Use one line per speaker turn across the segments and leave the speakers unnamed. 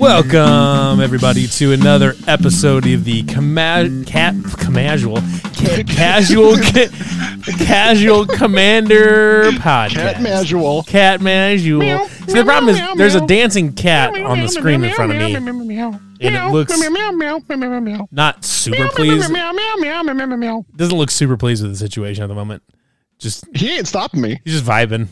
Welcome everybody to another episode of the Cama- Cat Casual ca- Casual ca- Casual Commander
Cat
Podcast.
Manual.
Cat Casual. See, the problem is there's a dancing cat on the screen in front of me.
and
And it looks-
meow, meow, meow, meow, meow.
Not super
Meow,
pleased.
meow, meow, meow, meow, meow, meow, meow.
Doesn't look super pleased with the situation at the moment. Just
He ain't stopping me.
he's just vibing.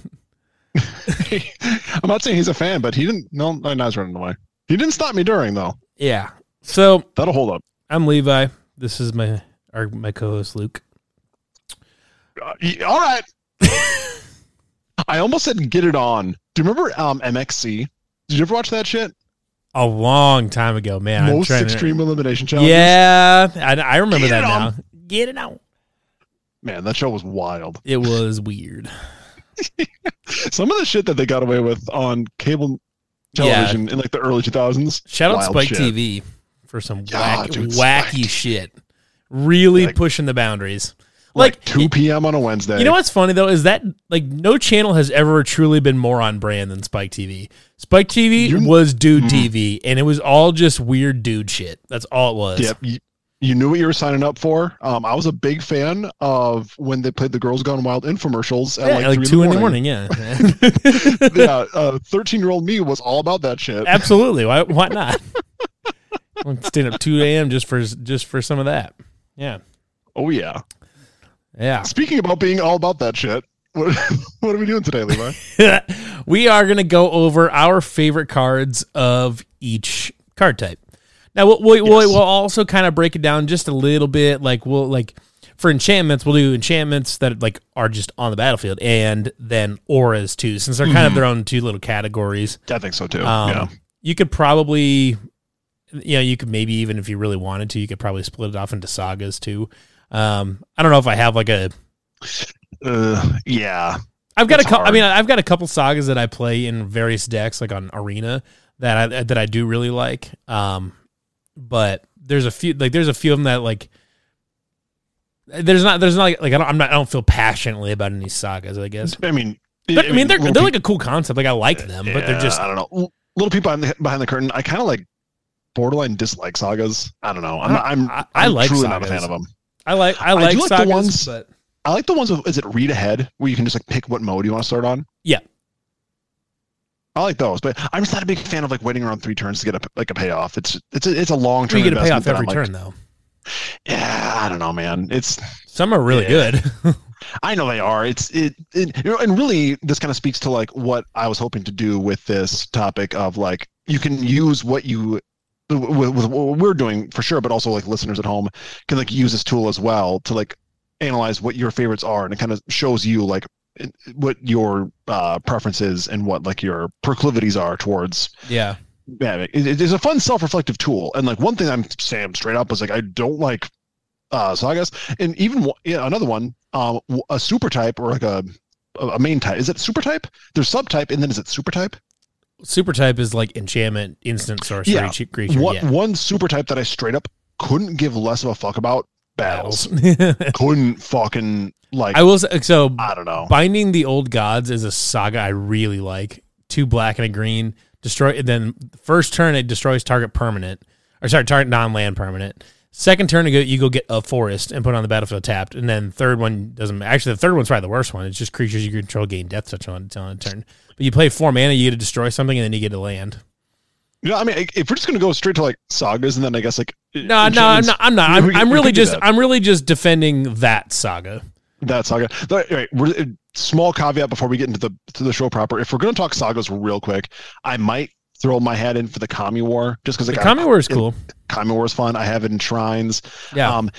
I'm not saying he's a fan, but he didn't. No, no, now he's running away. He didn't stop me during though.
Yeah. So
That'll hold up.
I'm Levi. This is my our my co-host Luke.
Uh, y- all right. I almost said get it on. Do you remember um, MXC? Did you ever watch that shit?
A long time ago, man. I'm
Most
trying to-
extreme elimination challenge.
Yeah, I, I remember
Get
that
it
now.
on.
Get it out.
Man, that show was wild.
It was weird.
Some of the shit that they got away with on cable television in like the early 2000s.
Shout out
wild
Spike
shit.
TV for some
Yeah,
wack,
dude,
wacky
Spike.
shit. Really
Like-
pushing the boundaries.
Like,
Like,
2 p.m. on a Wednesday.
You know what's funny though is that like no channel has ever truly been more on brand than Spike TV. Spike TV
You-
was dude
Mhm.
TV, and it was all just weird dude shit. That's all it was.
Yep. You, you knew what you were signing up for. Um, I was a big fan of when they played the Girls Gone Wild infomercials at
Yeah,
like,
like,
three
two in the
morning.
morning. Yeah,
yeah, uh, thirteen-year-old me was all about that shit.
absolutely. Why? Why not? I'm staying up two a.m. just for just for some of that. Yeah,
Oh yeah.
yeah.
Speaking about being all about that shit, what, what are we doing today, Levi?
we are going to go over our favorite cards of each card type. Now we'll we'll, we'll,
Yes.
we'll also kind of break it down just a little bit. Like we'll like for enchantments, we'll do enchantments that like are just on the battlefield, and then auras too, since they're kind of their own two little categories.
I think so too.
Um, You could probably, you know, you could maybe even if you really wanted to, you could probably split it off into sagas too. Um, I don't know if I have like a
yeah. Uh, yeah.
I've got
It's
a couple. I
hard.
mean, I've got a couple sagas that I play in various decks, like on Arena, that I that I do really like. Um, but there's a few, like there's a few of them that like. There's not, there's not like, like I don't, I'm not, I don't feel passionately about any sagas. I guess.
I mean,
But, I mean, they're
little
they're like a cool concept. Like I like them,
peop-
but they're
yeah,
just.
I don't know. Little people behind the, behind the curtain. I kind of like borderline dislike sagas. I don't know. I'm not, I'm,
I- I
I'm
like
truly not a
sagas.
fan of them.
I like I
do
like
like the
sagas,
ones-
but
I like the ones with is it read ahead where you can just like pick what mode you want to start on.
Yeah.
I like those, but I'm just not a big fan of like waiting around three turns to get a like a payoff. It's it's a, it's a long term.
you get a payoff every
like,
turn though.
Yeah, I don't know, man. It's
Some are really
Yeah.
good.
I know they are. It's it, it you know, and really this kind of speaks to like what I was hoping to do with this topic of like you can use what you with, with what we're doing for sure, but also like listeners at home can like use this tool as well to like analyze what your favorites are, and it kind of shows you like what your uh, preferences and what like your proclivities are towards
yeah.
yeah, it, it is a fun self-reflective tool. And like one thing I'm saying straight up was like I don't like uh sagas, and even one- yeah, another one, um, w- a super type or like a a main type. Is it super type? There's subtype, and then is it super type?
Super type is like enchantment, instant sorcery
Yeah.
che- creature.
one
yeah.
one super type that I straight up couldn't give less of a fuck about battles. couldn't fucking like
I
I,
will say so.
don't know.
Binding the Old Gods is a saga I really like. Two black and a green. Destroy then first turn it destroys target permanent. Or sorry, target non land permanent. Second turn you go you go get a forest and put it on the battlefield tapped. And then third one doesn't actually the third one's probably the worst one. It's just creatures you control gain death touch on, on a turn. But you play four mana, you get to destroy something and then you get to land.
You know, I mean, if we're just gonna go straight to like sagas, and then I guess like
No, no, I'm not I'm not. I'm,
We- we
I'm
could
really
do
just
that.
I'm really just defending that saga.
That saga. All right, all right, we're, uh, small caveat before we get into the to the show proper. If we're going to talk sagas real quick, I might throw my hat in for the Kami War just because
The Common War is cool.
Kami War is fun. I have it in shrines.
Yeah.
Um,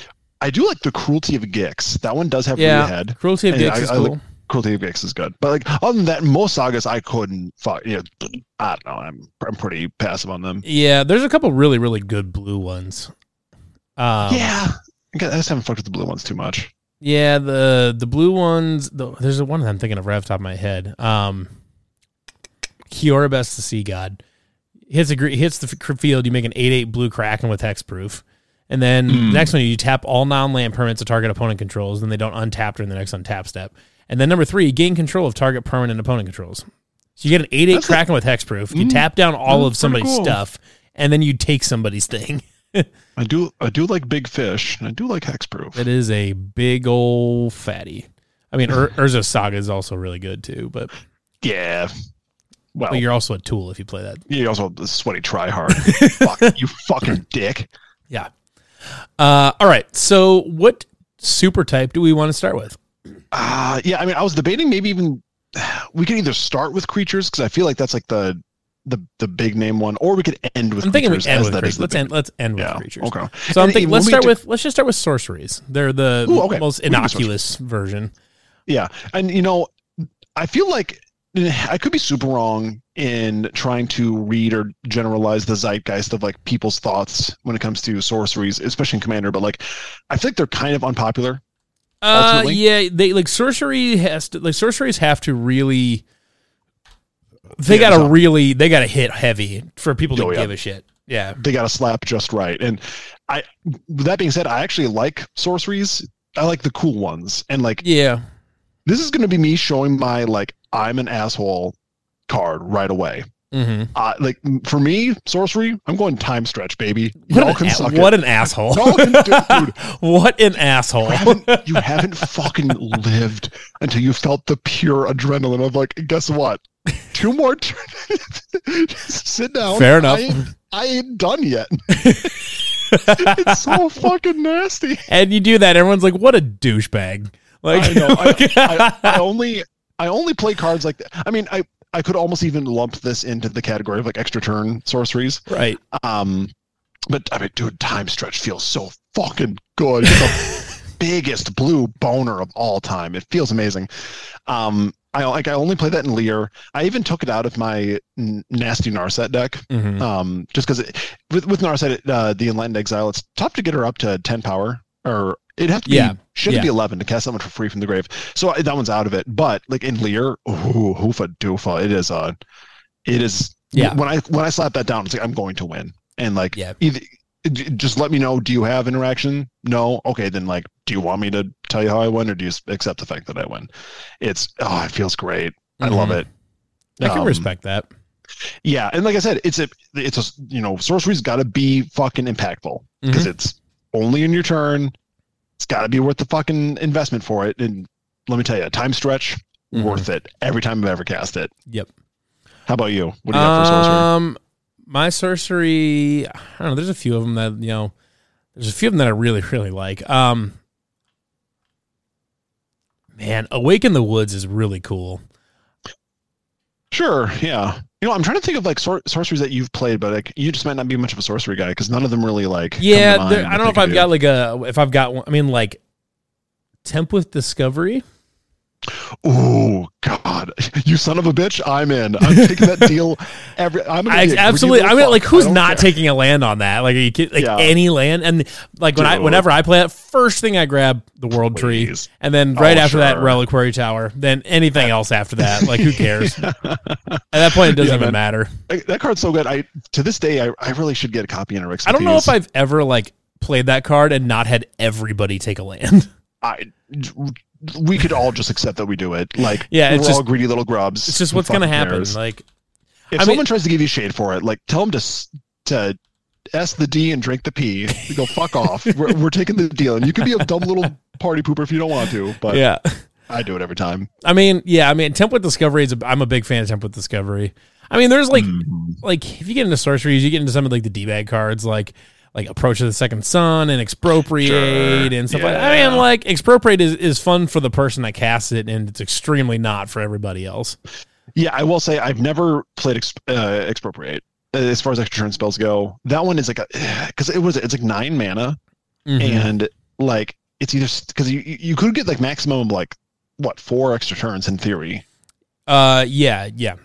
I do like the Cruelty of Gix. That one does have
Yeah.
read ahead.
Cruelty of
and
Dicks
I-
is
I like-
cool.
Cruelty of Gix is good, but like other than that, most sagas I couldn't. Fuck, you know, I don't know. I'm I'm pretty passive on them.
Yeah, there's a couple really, really good blue ones. Um,
yeah, I guess- I just haven't fucked with the blue ones too much.
yeah, the the blue ones. The, there's one that I'm thinking of right off the top of my head. Um, Kiora Best the Sea God hits a gre- hits the f- field. You make an eight eight blue Kraken with hexproof, And then the next one, you tap all non land permanents a target opponent controls, then they don't untap during the next untap step. And then number three, gain control of target permanent opponent controls. So you get an 8 8
That's a-
Kraken with hexproof. You tap down all
that's
of somebody's
pretty cool.
stuff, and then you take somebody's thing.
I do I do like big fish and I do like hexproof.
It is a big old fatty. I mean, Ur- Urza Saga is also really good too, but,
Yeah.
but
Well, you're,
you're also a tool if you play that.
also a sweaty tryhard. Fuck you, fucking dick.
Yeah. Uh, all right. So, what super type do we want to start with?
Uh, yeah, I mean, I was debating maybe even we could either start with creatures because I feel like that's like the the the big name one, or we could end with
I'm thinking we
creatures
end
as
with
that
creatures.
is the
Let's
big-
end. Let's end with
yeah,
creatures. So
Okay.
I'm
And
thinking. Let's
even when we
start
do-
with. Let's just start with sorceries. They're the
Ooh, okay.
most
We can do
innocuous version.
Yeah, and you know, I feel like I could be super wrong in trying to read or generalize the zeitgeist of like people's thoughts when it comes to sorceries, especially in Commander. But like, I feel like they're kind of unpopular.
Uh,
Ultimately.
yeah. They like sorcery has to like sorceries have to really. They
Yeah,
gotta
so-
really. They gotta hit heavy for people to
Oh, yeah.
give a shit. Yeah.
They got to slap just right. And I, with that being said, I actually like sorceries. I like the cool ones, and like
Yeah.
this is going to be me showing my like I'm an asshole card right away.
Mm-hmm.
Uh, like for me, sorcery, I'm going time stretch, baby.
What,
Y'all
an,
can
a-
suck
what
it.
an asshole!
Y'all can do- dude,
what an asshole!
you haven't, you haven't fucking lived until you felt the pure adrenaline of like, guess what? Two more turns. Just Sit down.
Fair enough.
I ain't, I ain't done yet. it's so fucking nasty.
and you do that, everyone's like, "What a douchebag!" Like,
I know. I, I only I only play cards like that. I mean, I I could almost even lump this into the category of like extra turn sorceries.
right?
Um, but I mean, dude, time stretch feels so fucking good. It's the biggest blue boner of all time. It feels amazing. Um, I like I only play that in Lear. I even took it out of my n- nasty Narset deck.
Mhm.
Um, just because with with Narset, uh, the Enlightened Exile, it's tough to get her up to ten power, or it'd have to
Yeah,
be shouldn't
yeah.
be eleven to cast that much for free from the grave. So I, that one's out of it. But like in Lear, ooh, hoofa doofa, it is uh it is
Yeah.
When I when I slap that down, it's like I'm going to win, and like
Yeah.
either j- just let me know. Do you have interaction? No. Okay, then like, do you want me to tell you how I win, or do you s- accept the fact that I win? It's oh, it feels great. I love
Mhm.
it.
I can
Um,
respect that.
Yeah, and like I said, it's a it's a you know sorcery's got to be fucking impactful because
Mm-hmm.
it's only in your turn. It's got to be worth the fucking investment for it. And let me tell you, a time stretch
Mhm.
worth it every time I've ever cast it.
Yep.
How about you? What do you got for sorcery?
Um, my sorcery. I don't know. There's a few of them that you know. There's a few of them that I really, really like. Um, man, Awaken the Woods is really cool.
Sure, yeah. You know, I'm trying to think of like sor- sorceries that you've played, but like you just might not be much of a sorcery guy because none of them really like. come to
Yeah,
mind
there, I don't know if
think of
I've
you.
got like a if I've got one. I mean, like Temp with Discovery.
Oh God, you son of a bitch! I'm in. I'm taking that deal. Every I'm gonna
I,
be a
absolutely.
greedy
I
little
mean, like,
fuck.
who's
I don't
not
care.
taking a land on that? Like, are you kid- like
Yeah.
any land, and like when I
Dude.
whenever I play that, first thing I grab the world tree,
Please.
and then right
Oh,
after that
sure.
reliquary tower, then anything else after that. Like, who cares? At that point, it doesn't
Yeah,
even
man.
matter.
I- that card's so good. I to this day, I, I really should get a copy in a Rick's.
I don't know if I've ever like played that card and not had everybody take a land.
I. We could all just accept that we do it. Like,
Yeah, it's
we're all
just-
greedy little grubs.
It's just
Who
what's gonna
fucking
happen.
cares?
Like,
if
I mean-
someone tries to give you shade for it, like, tell them to s- to s the D and drink the P. You go fuck off. We're, we're taking the deal, and you can be a dumb little party pooper if you don't want to. But
yeah.
I do it every time.
I mean, yeah. I mean, Temp with Discovery is. A, I'm a big fan of Temp with Discovery. I mean, there's like
Mm-hmm.
like if you get into sorceries, you get into some of like the D bag cards, like like approach of the second sun and expropriate
Sure.
and stuff like that. I
Yeah.
mean, like expropriate is, is fun for the person that casts it, and it's extremely not for everybody else.
Yeah, I will say I've never played exp- uh, expropriate uh, as far as extra turn spells go. That one is like a because it was it's like nine mana.
Mm-hmm.
and like it's either because you you could get like maximum of, like what four extra turns in theory.
uh, yeah, yeah.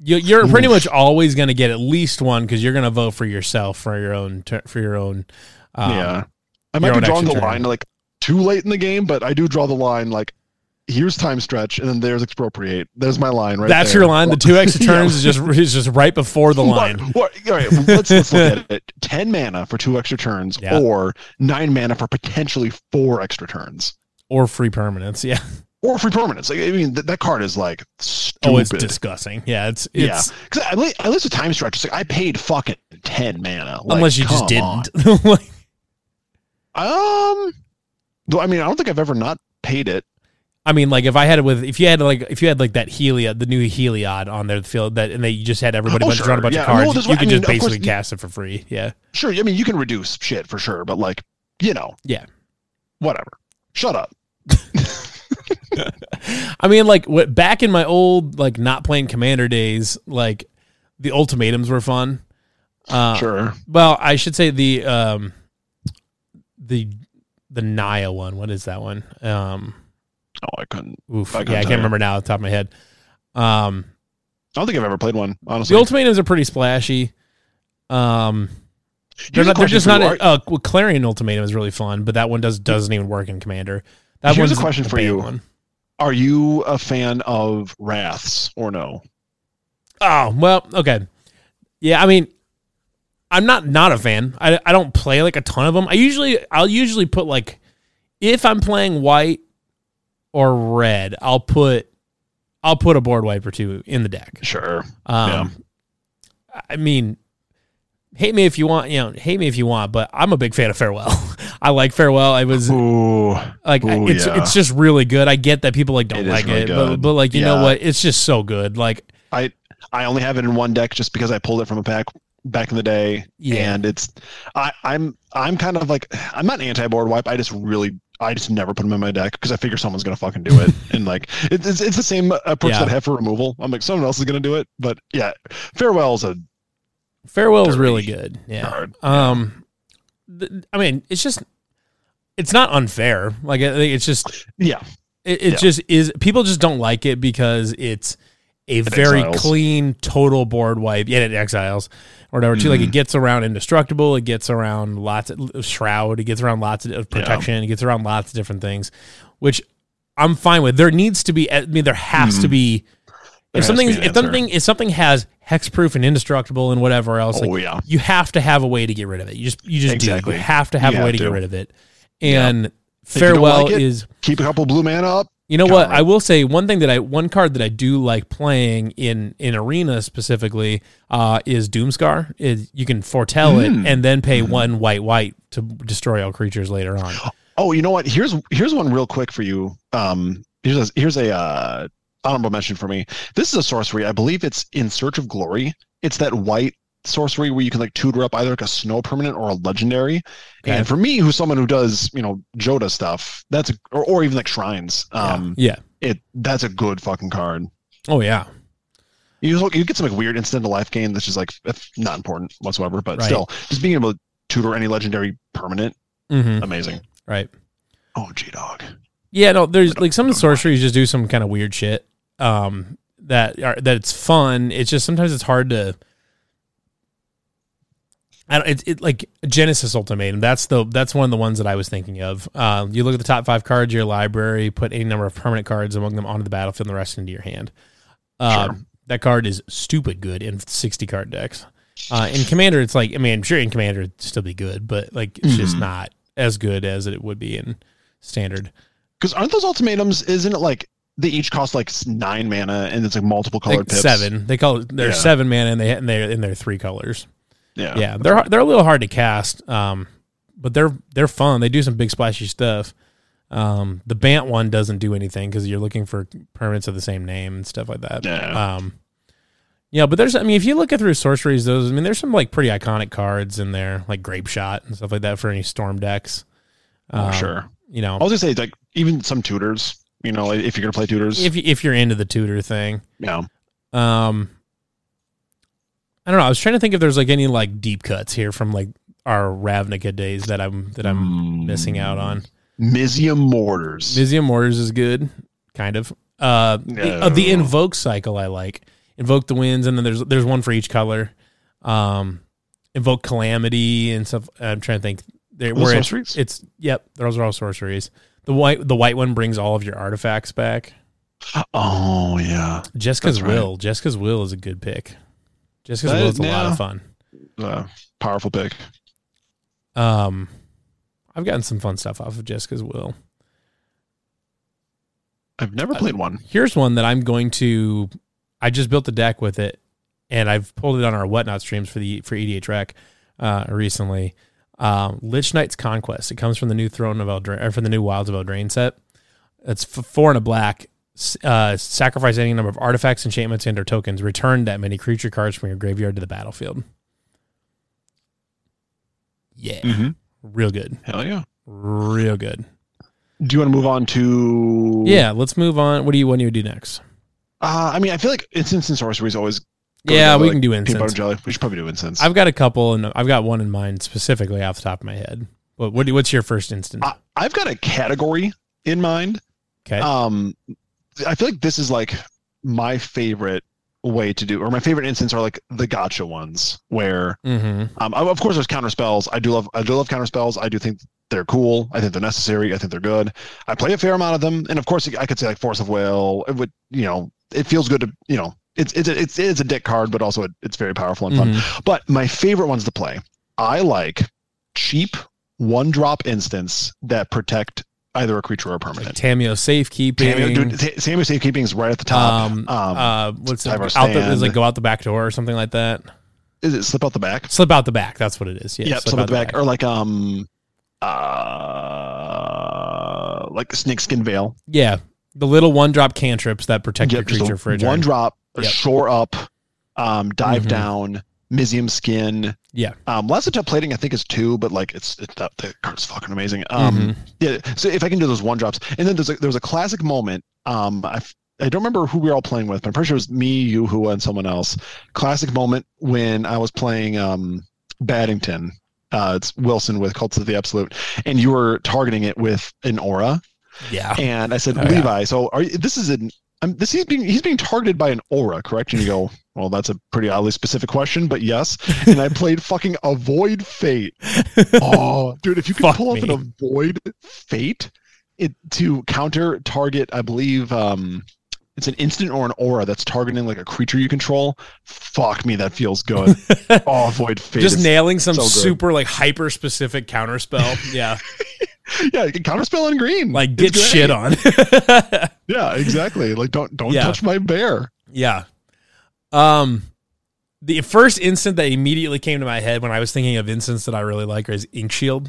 You, you're
Oof.
pretty much always going to get at least one because you're going to vote for yourself for your own tur for your own. Um,
yeah, I
your
might be
own
drawing the
extra turn.
line like too late in the game, but I do draw the line like here's time stretch, and then there's expropriate. There's my line right
That's
there.
your line. The two extra turns is just is just right before the line.
What, what- all right, let's, let's look at it. 10 mana for two extra turns,
Yeah.
or nine mana for potentially four extra turns.
Or free permanence. Yeah.
Or free permanence. Like, I mean, th- that card is like stupid.
Oh, it's disgusting. Yeah, it's
yeah,
it's
because at least, at least with time stretch, it's like I paid fucking ten mana. Like,
unless you just
come on.
didn't. Like,
Um, though I mean, I don't think I've ever not paid it.
I mean, like if I had it with if you had like if you had like that Heliod, the new Heliod on there, the field that and they you just had everybody
Oh,
bunch,
sure.
drawn a bunch
Yeah.
of
No,
cards,
that's
you
what- I
could
mean,
just
of course
basically
you-
cast it for free. Yeah.
Sure, I mean, you can reduce shit for sure, but like, you know,
Yeah.
whatever. Shut up.
I mean, like what, back in my old like not playing Commander days, like the ultimatums were fun. Uh,
sure.
Well, I should say the um the the Naya one. What is that one? Um,
Oh, I couldn't.
oof,
I
yeah, I
couldn't
can't
tell you.
remember now off the top of my head. Um,
I don't think I've ever played one. Honestly,
the ultimatums are pretty splashy. Um, they're not.
Here's a
They're
question
just
for
not.
you.
A, uh, well, Clarion ultimatum is really fun, but that one does doesn't even work in Commander. That
Here's a
one's
question
the
for
banned
you.
One.
Are you a fan of Wraths or no?
Oh well, okay. Yeah, I mean, I'm not not a fan. I I don't play like a ton of them. I usually I'll usually put like if I'm playing white or red, I'll put I'll put a board wipe or two in the deck.
Sure.
Um, I mean, hate me if you want, you know, hate me if you want, but I'm a big fan of Farewell. I like Farewell. I was
Ooh.
like
Ooh,
it's
yeah.
it's just really good. I get that people like don't
It is
like
really
it, but
good.
but like you know
Yeah.
what? It's just so good. Like
I only have it in one deck just because I pulled it from a pack back in the day.
Yeah.
And it's I, I'm I'm kind of like I'm not anti board wipe. I just really I just never put them in my deck because I figure someone's gonna fucking do it. and like it's it's, it's the same approach
Yeah.
that I have for removal. I'm like someone else is gonna do it. But yeah, farewell's a
Farewell is
Dirty
really good. Yeah.
card.
Um, th- I mean, it's just, it's not unfair. Like, I think it's just,
Yeah.
it, it
Yeah.
just is. People just don't like it because it's a very
exiles.
clean, total board wipe. Yeah, it exiles or whatever. Too like
Mm.
it gets around indestructible. It gets around lots of uh, shroud. It gets around lots of uh, protection. It gets around lots of different things, which I'm fine with. There needs to be. I mean, there has to be.
Mm-hmm. There
If
has to
something,
be an
if
answer.
something, if something has hexproof and indestructible and whatever else, like
oh yeah.
you have to have a way to get rid of it. You just you just
Exactly.
do. You have to have
You
a way
have
to, get
to.
rid of it. And
you don't
farewell
like it,
is
Keep a couple blue mana up.
you know
kinda
what
right.
I will say. One thing that I one card that I do like playing in in arena specifically uh, is Doomscar. Is you can foretell
Mm.
it and then pay one white white to destroy all creatures later on.
Oh, you know what? Here's here's one real quick for you. Um, here's a, here's a uh, honorable mention for me. This is a sorcery. I believe it's in Search of Glory. It's that white sorcery where you can like tutor up either like a snow permanent or a legendary.
Okay.
And for me, who's someone who does you know Joda stuff, that's a, or or even like shrines. Um,
yeah.
it that's a good fucking card.
Oh yeah.
You you get some like weird incidental life gain that's just like f- not important whatsoever, but
Right.
still just being able to tutor any legendary permanent,
hmm
amazing.
Right.
Oh, G dog.
Yeah, no, there's like some sorceries just do some kind of weird shit. Um, that are that it's fun. It's just sometimes it's hard to. I don't. It, it like Genesis Ultimatum. That's the that's one of the ones that I was thinking of. Uh, you look at the top five cards of your library, put any number of permanent cards among them onto the battlefield, and the rest into your hand. Um,
Sure.
That card is stupid good in sixty card decks. Uh, in Commander, it's like I mean, I'm sure in Commander it'd still be good, but like it's just
Mhm.
not as good as it would be in Standard.
Because aren't those ultimatums? Isn't it like they each cost like s- nine mana and it's like multiple colored
like
pips?
seven. They call it they're
Yeah.
seven mana and they and they're in their three colors.
Yeah.
Yeah, they're har- they're a little hard to cast, um, but they're they're fun. They do some big splashy stuff. Um, the Bant one doesn't do anything because you're looking for permanents of the same name and stuff like that.
Yeah.
Um, yeah, but there's I mean if you look at through sorceries, those I mean there's some like pretty iconic cards in there like Grape Shot and stuff like that for any storm decks.
Oh,
Um,
sure.
You know
I was gonna say like even some tutors. You know, like, if you're gonna play tutors,
if you- if you're into the tutor thing.
yeah.
Um, I don't know. I was trying to think if there's like any like deep cuts here from like our Ravnica days that I'm that I'm
Mm.
missing out on.
Mizium mortars.
Vizium Mortars is good, kind of. Uh, the, uh, the
No.
invoke cycle I like. Invoke the winds, and then there's there's one for each color. Um, invoke calamity and stuff. I'm trying to think. They
Those
were
sorceries?
It's yep. Those are all sorceries. The white the white one brings all of your artifacts back.
Oh yeah.
Jessica's
That's right.
will. Jessica's will is a good pick. Jessica's
That
will
is-
is a lot
yeah.
of fun.
Uh, powerful pick.
Um, I've gotten some fun stuff off of Jessica's will.
I've never played one.
Here's one that I'm going to. I just built the deck with it, and I've pulled it on our whatnot streams for the for EDH Rec uh, recently. Um, Lich Knight's Conquest. It comes from the new Throne of Eldraine, or from the new Wilds of Eldraine set. It's f- four and a black. S- Uh, sacrifice any number of artifacts, enchantments, and/or tokens. Return that many creature cards from your graveyard to the battlefield. Yeah,
Mm-hmm.
real good,
Hell yeah.
real good.
Do you want to move on to?
Yeah, let's move on. What do you want to do next?
Uh, I mean, I feel like incense and sorcery is always Go
yeah,
together
we
like
can do
peanut butter
incense.
and jelly. We should probably do incense.
I've got a couple, and I've got one in mind specifically off the top of my head. What, what do- what's your first instance?
I, I've got a category in mind.
Okay.
Um, I feel like this is like my favorite way to do, or my favorite instance are like the gotcha ones, where
mm-hmm.
um, of of course there's counter spells. I do love I do love counter spells. I do think they're cool. I think they're necessary. I think they're good. I play a fair amount of them, and of course I could say like force of will. It would you know it feels good to you know it's it's a, it's, it's a deck card, but also it, it's very powerful and
Mm-hmm.
fun. But my favorite ones to play, I like cheap one drop instance that protect either a creature or a
Like
permanent.
Tameo safekeeping.
Samuel, dude, Sa- Samuel Safekeeping is right at the top.
um,
Um,
uh, what's it,
Tyro
out the, is
Stand.
like go out the back door or something like that.
is it slip out the back?
Slip out the back. That's what it is. Yeah,
yep, slip out the back. Or like um uh like snakeskin veil.
Yeah, the little one drop cantrips that protect
Yep,
your
just a
creature for a turn.
one drop,
Yep.
shore up, um, dive
Mhm.
down, Mizium skin.
Yeah.
Um Lancetop plating I think is two, but like it's it's that the card's fucking amazing. Um
Mhm.
yeah, so if I can do those one drops, and then there's a, there was a classic moment. Um, I f- I don't remember who we were all playing with, but I'm pretty sure it was me, you, Hua, and someone else. Classic moment when I was playing um Baddington. Uh, it's Wilson with Cults of the Absolute, and you were targeting it with an aura.
yeah,
And I said,
Oh, yeah.
Levi, so are you, this is an I'm, this he's being he's being targeted by an aura, correct? And you go, well, that's a pretty oddly specific question, but yes. And I played fucking avoid fate. Oh, dude, if you could
Fuck
pull off
me.
an avoid fate it to counter target, I believe um it's an instant or an aura that's targeting like a creature you control. Fuck me, that feels good. oh, avoid fate.
just
is-
nailing some
so good.
super like hyper specific counter spell. Yeah,
yeah, counterspell on green.
like
It's
get
great.
shit on.
Yeah, exactly. Like don't don't
Yeah.
touch my bear.
Yeah. Um the first instant that immediately came to my head when I was thinking of instants that I really like is Ink Shield.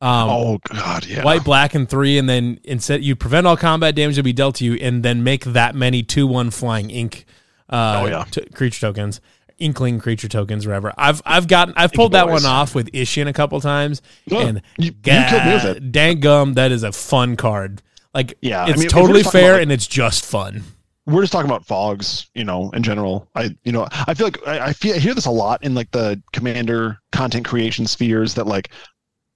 Um
oh god, yeah.
white, black, and three, and then instead you prevent all combat damage to be dealt to you, and then make that many two one flying ink uh
Oh, yeah.
t- creature tokens. Inkling creature tokens, whatever. I've I've gotten I've pulled that
boys.
one off with Ishin a couple times,
Yeah,
and
you, you killed me with it.
God, dang gum, that is a fun card. Like
Yeah, I
it's
mean, if we're
totally
talking about,
fair
like-
and it's just fun.
We're just talking about fogs, you know, in general. I, you know, I feel like I, I feel I hear this a lot in like the commander content creation spheres that like,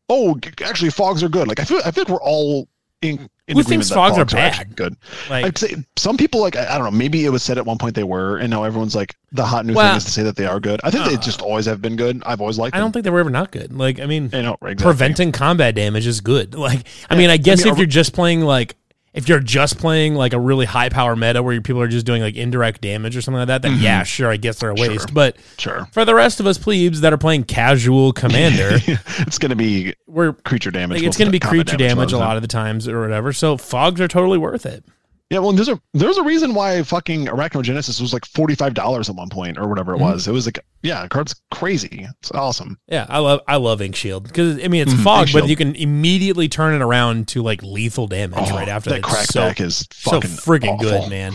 oh, g- actually, fogs are good. Like I feel I feel like we're all in. in
Who
agreement
thinks
that
fogs are
actually
bad?
Good.
Like
I'd say some people like I, I don't know. Maybe it was said at one point they were, and now everyone's like the hot new
Well,
thing is to say that they are good. I think they
uh,
just always have been good. I've always liked.
I don't
them.
think they were ever not good. Like, I mean,
I know right, exactly.
preventing combat damage is good. Like, I mean, I guess
mean,
if
are-
you're just playing like, if you're just playing like a really high power meta where your people are just doing like indirect damage or something like that, then yeah, sure, I guess they're a waste.
Mm-hmm. Sure.
But
Sure,
for the rest of us plebes that are playing casual commander,
it's gonna be
we're
creature damage.
like,
most
it's
of
going to
the
be
time, combat
creature damage a
of the time.
lot of the times or whatever. So fogs are totally worth it.
Yeah, well, there's a there's a reason why fucking Arachnogenesis was like forty five dollars at one point or whatever it
Mhm.
was. It was like yeah, card's crazy. It's awesome.
Yeah, I love I love Ink Shield because I mean it's
Mhm,
fog,
Ink
but
Shield.
you can immediately turn it around to like lethal damage
Oh,
right after
that
It's so
crackback is
so
fucking
friggin'
awful.
good, man.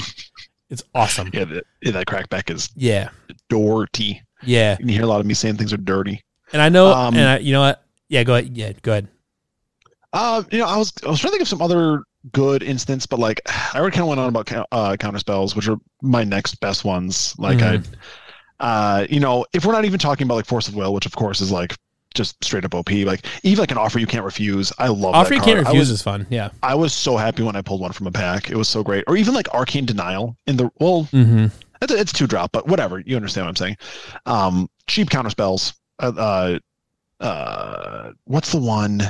It's awesome.
Yeah, that, yeah, that crackback is
Yeah,
dirty.
yeah.
You hear a lot of me saying things are dirty.
And I know,
Um,
and I, you know what? Yeah, go ahead. Yeah, go ahead.
Uh, you know, I was I was trying to think of some other good instance, but like I already kind of went on about cou- uh, counter spells, which are my next best ones. Like
Mhm.
I, uh, you know, if we're not even talking about like force of will, which of course is like just straight up OP, like even like an offer you can't refuse. I love
Offer
that
you can't
card. I
refuse
was-
is fun. Yeah.
I was so happy when I pulled one from a pack. It was so great. Or even like Arcane Denial in the well,
Mm-hmm.
it's, it's two drop, but whatever. You understand what I'm saying? Um, cheap counter spells. Uh, uh, uh, what's the one?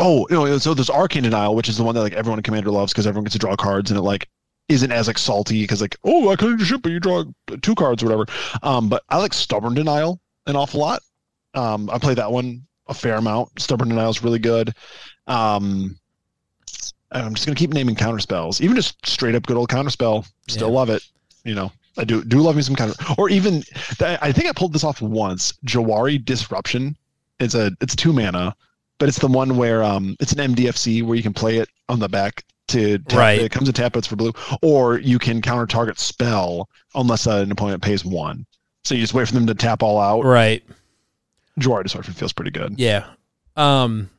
oh no, so there's Arcane Denial, which is the one that like everyone in Commander loves because everyone gets to draw cards and it like isn't as like salty because like oh I couldn't ship but you draw two cards or whatever. Um, but I like Stubborn Denial an awful lot. Um, I play that one a fair amount. Stubborn Denial is really good. Um, I'm just gonna keep naming counter spells, even just straight up good old counter spell. Still
Yeah.
love it. You know, I do do love me some counter. Or even th- I think I pulled this off once. Jawari Disruption. It's a it's two mana, but it's the one where um it's an MDFC where you can play it on the back to tap,
Right.
It comes to tap, but it's for blue, or you can counter target spell unless uh, an opponent pays one. So you just wait for them to tap all out.
Right.
Jawari Disruption feels pretty good.
Yeah. Um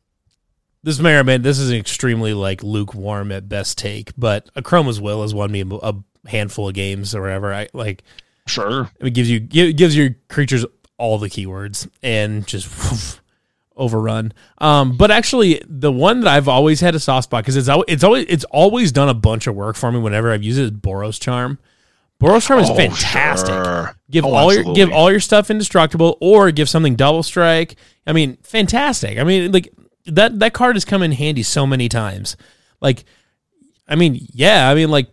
this may or may this is an extremely like lukewarm at best take, but a Chroma's Will has won me a handful of games or whatever. I like
Sure.
it gives you it gives your creatures all the keywords and just overrun. Um, but actually, the one that I've always had a soft spot because it's al- it's always it's always done a bunch of work for me whenever I've used it is Boros Charm. Boros Charm is
Oh,
fantastic.
sure.
Give
Oh,
all your give
absolutely.
all your stuff indestructible, or give something double strike. I mean, fantastic. I mean, like that that card has come in handy so many times. Like, I mean, yeah, I mean, like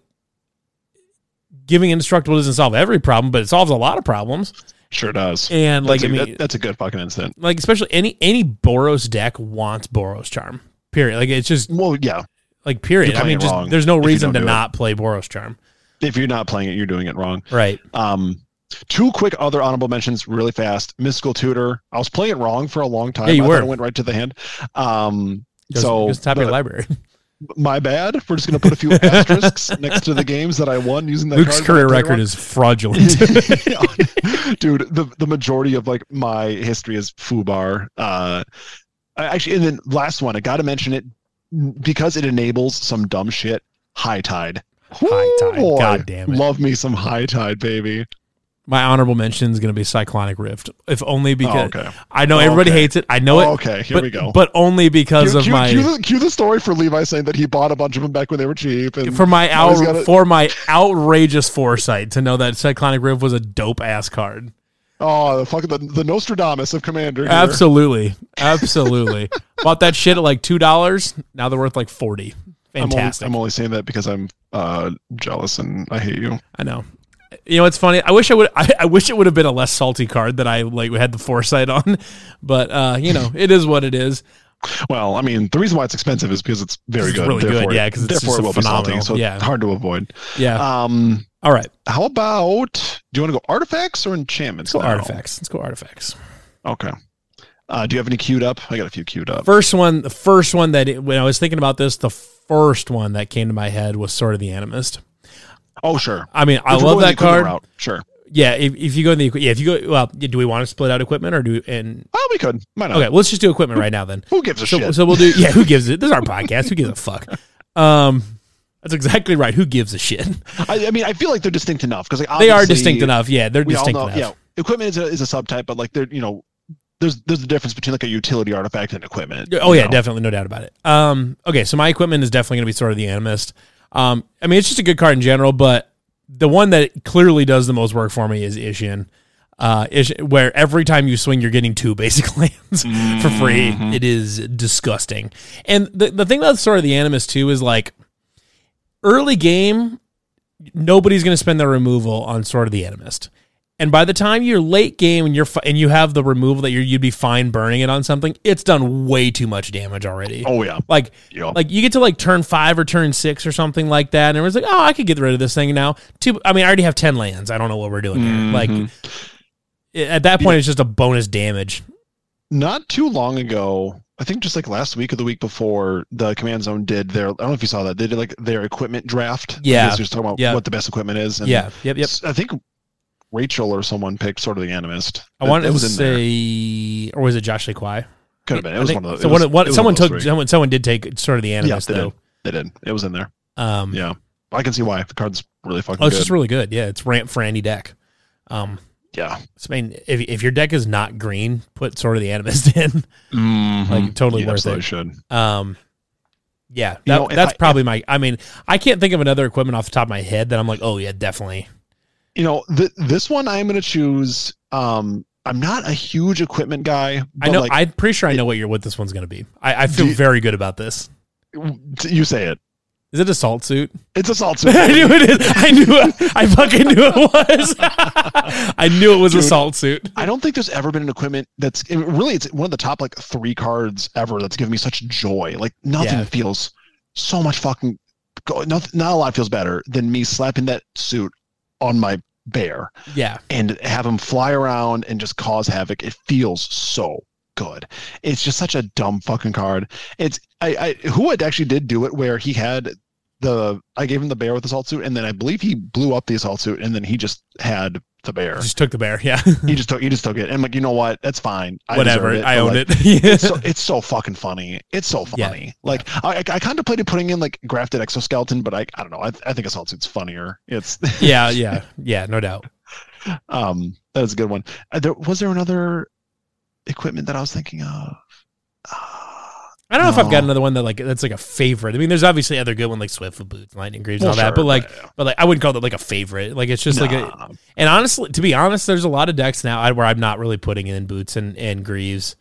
giving indestructible doesn't solve every problem, but it solves a lot of problems.
Sure does.
And like,
that's,
I
a,
mean,
that- that's a good fucking instant.
like especially any any Boros deck wants Boros Charm. Period. Like it's just
Well, yeah.
like period.
You're
I mean,
playing
just
wrong
there's no
if you
reason
don't
to
do it.
not play Boros Charm.
If you're not playing it, you're doing it wrong.
Right.
Um, two quick other honorable mentions, really fast. Mystical Tutor. I was playing it wrong for a long time.
Yeah, you
I
were.
Thought it went right to the hand. Um,
Goes,
so
goes top of
the-
your library.
my bad. We're just gonna put a few asterisks next to the games that I won using that.
Luke's
card.
career
I played it
record
wrong.
is fraudulent.
dude the the majority of like my history is foobar uh I- actually and then last one i gotta mention it because it enables some dumb shit high tide
High Tide,
Woo,
God damn it.
love me some high tide baby
My honorable mention is going to be Cyclonic Rift, if only because
oh, okay
I know everybody
Okay.
hates it. I know it,
okay here
but,
we go
but only because
cue,
of
cue-
my
cue the, cue the story for levi saying that he bought a bunch of them back when they were cheap and
for my
Now he's
out,
gotta-
for my outrageous foresight to know that Cyclonic Rift was a dope ass card.
oh the fucking the, the nostradamus of commander here.
Absolutely. Absolutely. Bought that shit at like two dollars. Now they're worth like forty.
I'm only,
Fantastic.
I'm only saying that because i'm uh jealous and i hate you
I know. You know, it's funny. I wish I would I, I wish it would have been a less salty card that I like had the foresight on. But uh, you know, it is what it is.
Well, I mean, the reason why it's expensive is because it's very
It's
good.
really good,
Therefore-
yeah, 'cause it's
therefore
just
it will be
phenomenal,
salty, so
yeah.
it's hard to avoid.
Yeah.
Um,
All right.
how about do you want to go artifacts or enchantments?
Let's go
now?
artifacts. Let's go artifacts.
Okay. Uh, do you have any queued up? I got a few queued up.
First one, the first one that it, when I was thinking about this, the first one that came to my head was sort of the animist.
oh, sure.
I mean, I
If we're
love
going the
that card.
equipment route, Sure.
Yeah, if, if you go in the equi- yeah, if you go well, do we want to split out equipment or do and
Oh, we could. Why not?
okay, well, let's just do equipment right now then.
Who gives a
So,
Oh, shit?
so we'll do yeah. Who gives it? This is our podcast. Who gives a fuck? Um, that's exactly right. Who gives a shit?
I, I mean, I feel like they're distinct enough because like
They are
obviously,
distinct enough. Yeah, they're
We all
distinct
know.
enough.
Yeah, equipment is a, is a subtype, but like they're you know, there's there's a difference between like a utility artifact and equipment.
Oh
you
yeah,
know?
definitely, no doubt about it. Um, okay, so my equipment is definitely going to be sort of the animist. Um, I mean, it's just a good card in general, but the one that clearly does the most work for me is Ishin. Uh, Ish, where every time you swing, you're getting two basic lands for free. It is disgusting. And the the thing that's sort of the animus too is like early game, nobody's going to spend their removal on sort of the animist. And by the time you're late game and you're fi- and you have the removal that you're you'd be fine burning it on something, it's done way too much damage already.
Oh yeah.
Like
Yeah.
like you get to like turn five or turn six or something like that, and everyone's like, oh, I could get rid of this thing now. Two, I mean, I already have ten lands. I don't know what we're doing here. Like
Mm-hmm.
i- at that point, it's just a bonus damage.
not too long ago i think just like last week or the week before the command zone did their i don't know if you saw that they did like their equipment draft
Yeah.
because you're talking about
Yeah.
what the best equipment is and
yeah. Yep. Yep.
s- i think rachel or someone picked sort of the animist
I
That-
wanted
that
to
there.
say, or was it Josh Lequai?
could have been
I
it was
think-
one of those
So one,
it was-
of- one,
it was
someone
of those
took
three.
someone someone did take sort of the
yeah
animus
they
though.
did they did it was in there
Um,
yeah i can see why the card's really fucking
Oh, it's
good
just really good. Yeah, it's ramp for any deck. Um,
yeah
so, I mean, if if your deck is not green, put sort of the animist in. Like, totally
You
worth
absolutely
it.
should
Um, yeah,
You
that-
know, if
that's
I-
probably my. I mean, I can't think of another equipment off the top of my head that I'm like, oh yeah, definitely.
you know th- this one i'm going to choose um I'm not a huge equipment guy.
I
but,
know.
like,
I'm pretty sure I know what your what this one's gonna be. I, I feel
Do you-
very good about this.
you say it.
Is it a salt suit?
It's assault suit.
I knew it. Is. I knew. I fucking knew it was. I knew it was a
Dude.
salt suit.
I don't think there's ever been an equipment that's it- really it's one of the top like three cards ever that's given me such joy. Like nothing
Yeah.
feels so much fucking go- not, not a lot feels better than me slapping that suit on my bear
Yeah.
and have him fly around and just cause havoc. It feels so good. It's just such a dumb fucking card. It's I, I who had actually did do it where he had the I gave him the bear with the assault suit and then I believe he blew up the assault suit and then he just had the bear
Just took the bear. Yeah.
he just took he just took it. And I'm like, you know what? That's fine. I
Whatever.
deserve
I
But,
own
like,
it.
it's so it's so fucking funny. It's so
Yeah.
funny. Like I, I I contemplated putting in like grafted exoskeleton, but I I don't know. I, I think assault suit's funnier. It's
yeah. Yeah. Yeah. No doubt.
um that was a good one. Uh, there, was there another equipment that I was thinking of? Uh,
I don't know if I've
No.
got another one that like that's like a favorite. I mean, there's obviously other good one like Swift with Boots, Lightning Greaves, and all
well,
that.
sure,
But like, but like, I wouldn't call that like a favorite. Like, it's just like a.
nah.
And honestly, to be honest, there's a lot of decks now I- where I'm not really putting in Boots and and Greaves.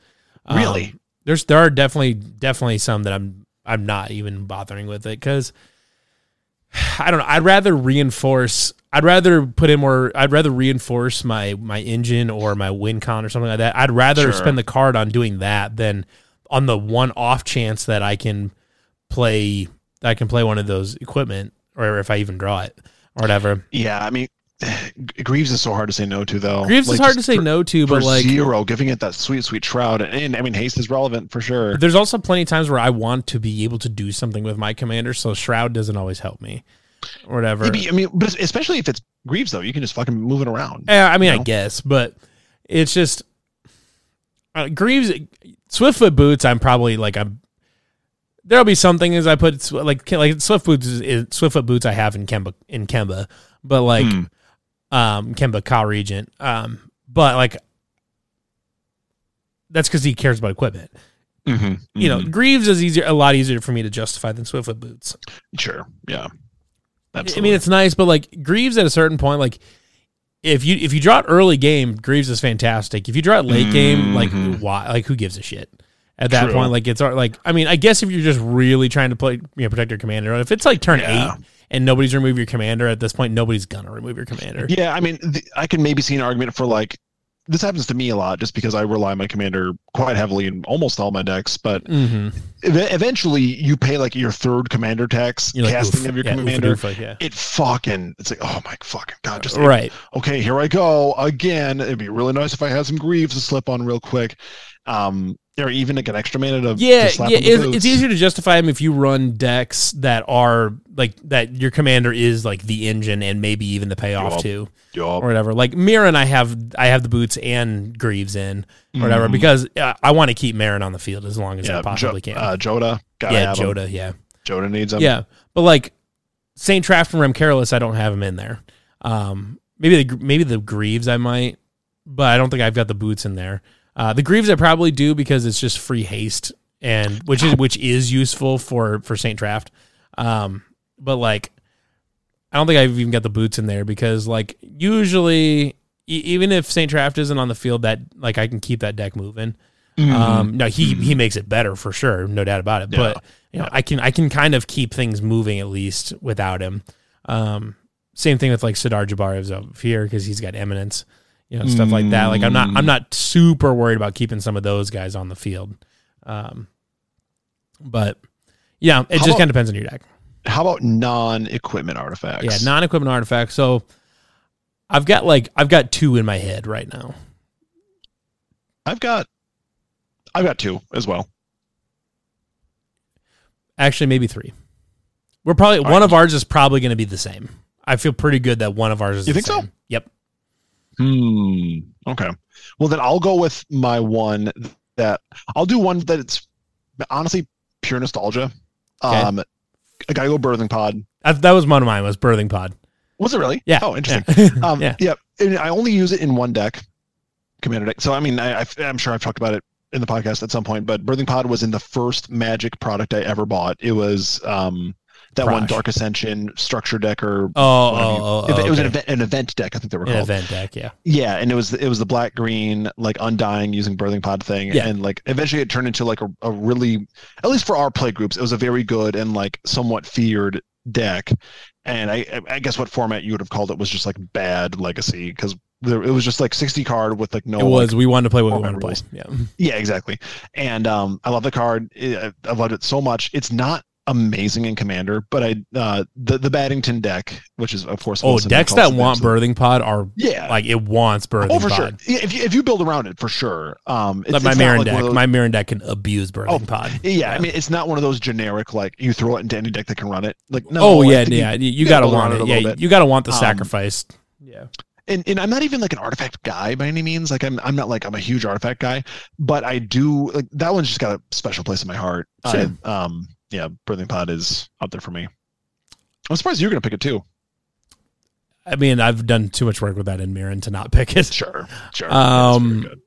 Um,
really.
there's there are definitely definitely some that I'm I'm not even bothering with it because I don't know. I'd rather reinforce. I'd rather put in more. I'd rather reinforce my my engine or my win con or something like that. I'd rather
Sure.
spend the card on doing that than on the one off chance that I can play that I can play one of those equipment or if I even draw it or whatever.
yeah, I mean, Greaves is so hard to say no to though.
Greaves
Like,
is hard to
just
say
for-
no to,
For
but like
zero, giving it that sweet, sweet shroud, and, and I mean, haste is relevant for sure.
But There's also plenty of times where I want to be able to do something with my commander, so Shroud doesn't always help me. Or whatever.
Yeah, but, I mean, but especially if it's Greaves though, you can just fucking move it around.
Eh, I mean,
you
I
know?
guess, but it's just uh, Greaves Swiftfoot boots. I'm probably like I'm. There'll be something as I put Sw- like like Swift boots is, is Swiftfoot boots I have in Kemba in Kemba, but like
Hmm.
um Kemba Kyle Regent, um, but like that's because he cares about equipment. You
Hmm.
know, Greaves is easier a lot easier for me to justify than Swiftfoot boots.
sure, yeah,
I
absolutely.
mean, it's nice, but like Greaves at a certain point, like if you if you draw it early game, Greaves is fantastic. If you draw it late game, like
Mhm.
why? Like who gives a shit? At that
True.
point, like it's ar- like I mean, I guess if you're just really trying to play, you know, protect your commander. If it's like turn
Yeah.
eight and nobody's removed your commander at this point, nobody's gonna remove your commander.
yeah, I mean, th- I can maybe see an argument for like this happens to me a lot just because I rely on my commander quite heavily in almost all my decks. But
Mm-hmm.
ev- eventually, you pay like your third commander tax,
You're like
casting
oof,
of your
yeah, oof,
commander.
oof, like, yeah.
It fucking it's like oh my fucking god, just like,
Right.
okay, here I go again. It'd be really nice if I had some Greaves to slip on real quick, um, or even like an extra mana to
Yeah,
to slap
yeah.
on the
It's, it's
boots.
easier to justify them if you run decks that are like that. Your commander is like the engine, and maybe even the payoff
Yup.
too.
Yup.
or whatever. Like Marin, I have I have the boots and Greaves in or whatever
Mhm.
because uh, I want to keep Marin on the field as long as I possibly
Jo-
can.
Uh, Joda, gotta
yeah,
have him.
Joda, yeah,
Joda needs him.
yeah. But like Saint Traft and Rem Careless, I don't have them in there. Um, maybe the maybe the Greaves I might, but I don't think I've got the boots in there. Uh, the Greaves I probably do because it's just free haste and which is which is useful for for Saint Traft. Um, but like I don't think I've even got the boots in there because like usually e- even if Saint Traft isn't on the field, that like I can keep that deck moving. Um, no, he
Mhm.
he makes it better for sure, no doubt about it.
Yeah.
But you know, I can I can kind of keep things moving at least without him. Um, same thing with like Sidar Jabarev's up here because he's got eminence, you know, stuff like that. Like I'm not I'm not super worried about keeping some of those guys on the field. Um, but yeah, it
How
just
about-
kind of depends on your deck.
How about non-equipment artifacts?
Yeah, non-equipment artifacts. So I've got like I've got two in my head right now.
I've got, I've got two as well.
Actually, maybe three. We're probably
right.
one of ours is probably going to be the same. I feel pretty good that one of ours is.
You
the
think so?
same. Yep.
Hmm. Okay. Well, then I'll go with my one that I'll do one that it's honestly pure nostalgia.
Okay.
Um, I gotta go birthing pod.
That, that was one of mine. Was birthing pod.
Was it really?
Yeah.
Oh, interesting.
Yeah.
Um,
Yeah.
yeah. And I only use it in one deck, commander deck. So, I mean, I, I, I'm sure I've talked about it in the podcast at some point, but Birthing Pod was in the first Magic product I ever bought. It was um, that one
Prosh.
Dark Ascension structure deck or
Oh, oh,
whatever you-
oh,
if it,
oh,
it was an
okay.
event, an event deck. I think they were
An
called.
event deck. Yeah.
Yeah, and it was it was the black green like undying using birthing pod thing,
Yeah.
and like eventually it turned into like a, a really at least for our play groups it was a very good and like somewhat feared deck, and I I- I guess what format you would have called it was just like bad legacy because it was just like sixty card with like no
it was. we wanted to play what we
format
wanted to play.
rules.
Yeah.
yeah, exactly. And um, I love the card. I I loved it so much. It's not amazing in Commander, but I uh, the the Baddington deck, which is of course
Oh,
Wilson
decks
calls
that
it
want birthing pod are
Yeah.
like it wants birthing
Oh, for sure.
pod.
Yeah, If you, if you build around it, for sure. Um, it's,
Like my
it's not
Marin
like one
deck,
of those-
my Marin deck can abuse birthing
Oh,
pod.
yeah, I mean, it's not one of those generic like you throw it into any deck that can run it. Like no.
oh
I
yeah,
think you-
yeah. You, you gotta
gotta build
want
around it
it.
a
Yeah,
little bit.
you gotta want the
Um,
sacrifice. Yeah.
and, and I'm not even like an artifact guy by any means. Like I'm I'm not like I'm a huge artifact guy, but I do like that one's just got a special place in my heart.
Sure.
I, um yeah, Birthing Pod is up there for me. I'm surprised you're gonna pick it too.
I mean, I've done too much work with that in Marin to not pick it.
Sure, sure.
Um,
That's very good.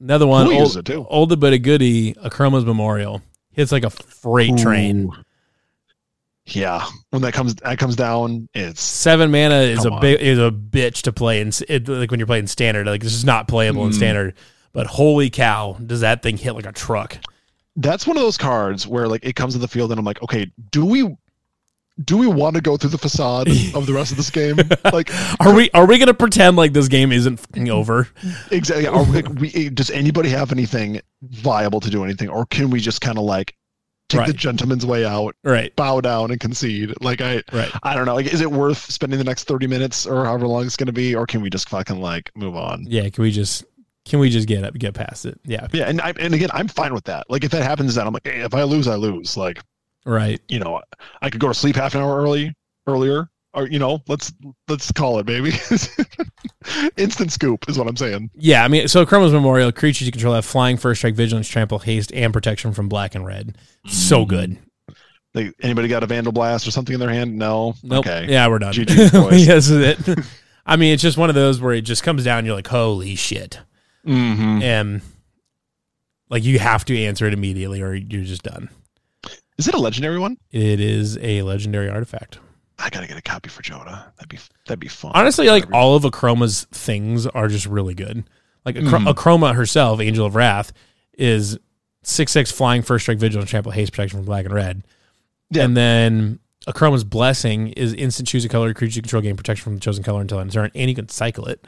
Another one,
Cool
old,
uses it too.
older but a goodie, a Chroma's Memorial. Hits like a freight train.
Ooh. Yeah, when that comes that comes down, it's
Seven mana is
Come
a
on.
big is a bitch to play, and it, like when you're playing standard, like this is not playable in
Mm.
standard. But holy cow, does that thing hit like a truck?
that's one of those cards where like it comes to the field and I'm like, okay, do we do we want to go through the facade of the rest of this game? Like
Are we are we gonna pretend like this game isn't fucking over?
exactly. Are, like, we, eh, does anybody have anything viable to do anything, or can we just kind of like take the
Right.
gentleman's way out,
Right,
bow down and concede? Like I,
right.
I don't know. Like, is it worth spending the next thirty minutes or however long it's going to be, or can we just fucking like move on?
Yeah, can we just can we just get up get past it? Yeah,
Yeah, and I and again, I'm fine with that. Like if that happens, then I'm like, hey, if I lose, I lose. Like
right.
you know, I could go to sleep half an hour early earlier, or you know, let's let's call it baby. Instant scoop is what I'm saying.
Yeah, I mean, so Chroma's Memorial creatures you control have flying, first strike, vigilance, trample, haste, and protection from black and red.
Hmm.
So good.
Like, anybody got a Vandal Blast or something in their hand? No.
Nope.
Okay.
Yeah, we're done.
GG, boys.
yes, is it. I mean, it's just one of those where it just comes down. you're like, holy shit,
Mm-hmm.
and like you have to answer it immediately, or you're just done.
Is it a legendary one?
It is a legendary artifact.
I gotta get a copy for Jonah. That'd be that'd be fun.
Honestly, like all of Akroma's things are just really good. Like Akro-
Mhm.
Akroma herself, Angel of Wrath, is six six flying first strike vigilance trample haste protection from black and red.
Yeah.
And then Akroma's blessing is instant choose a color creature you control gain protection from the chosen color until end of turn, and you can cycle it.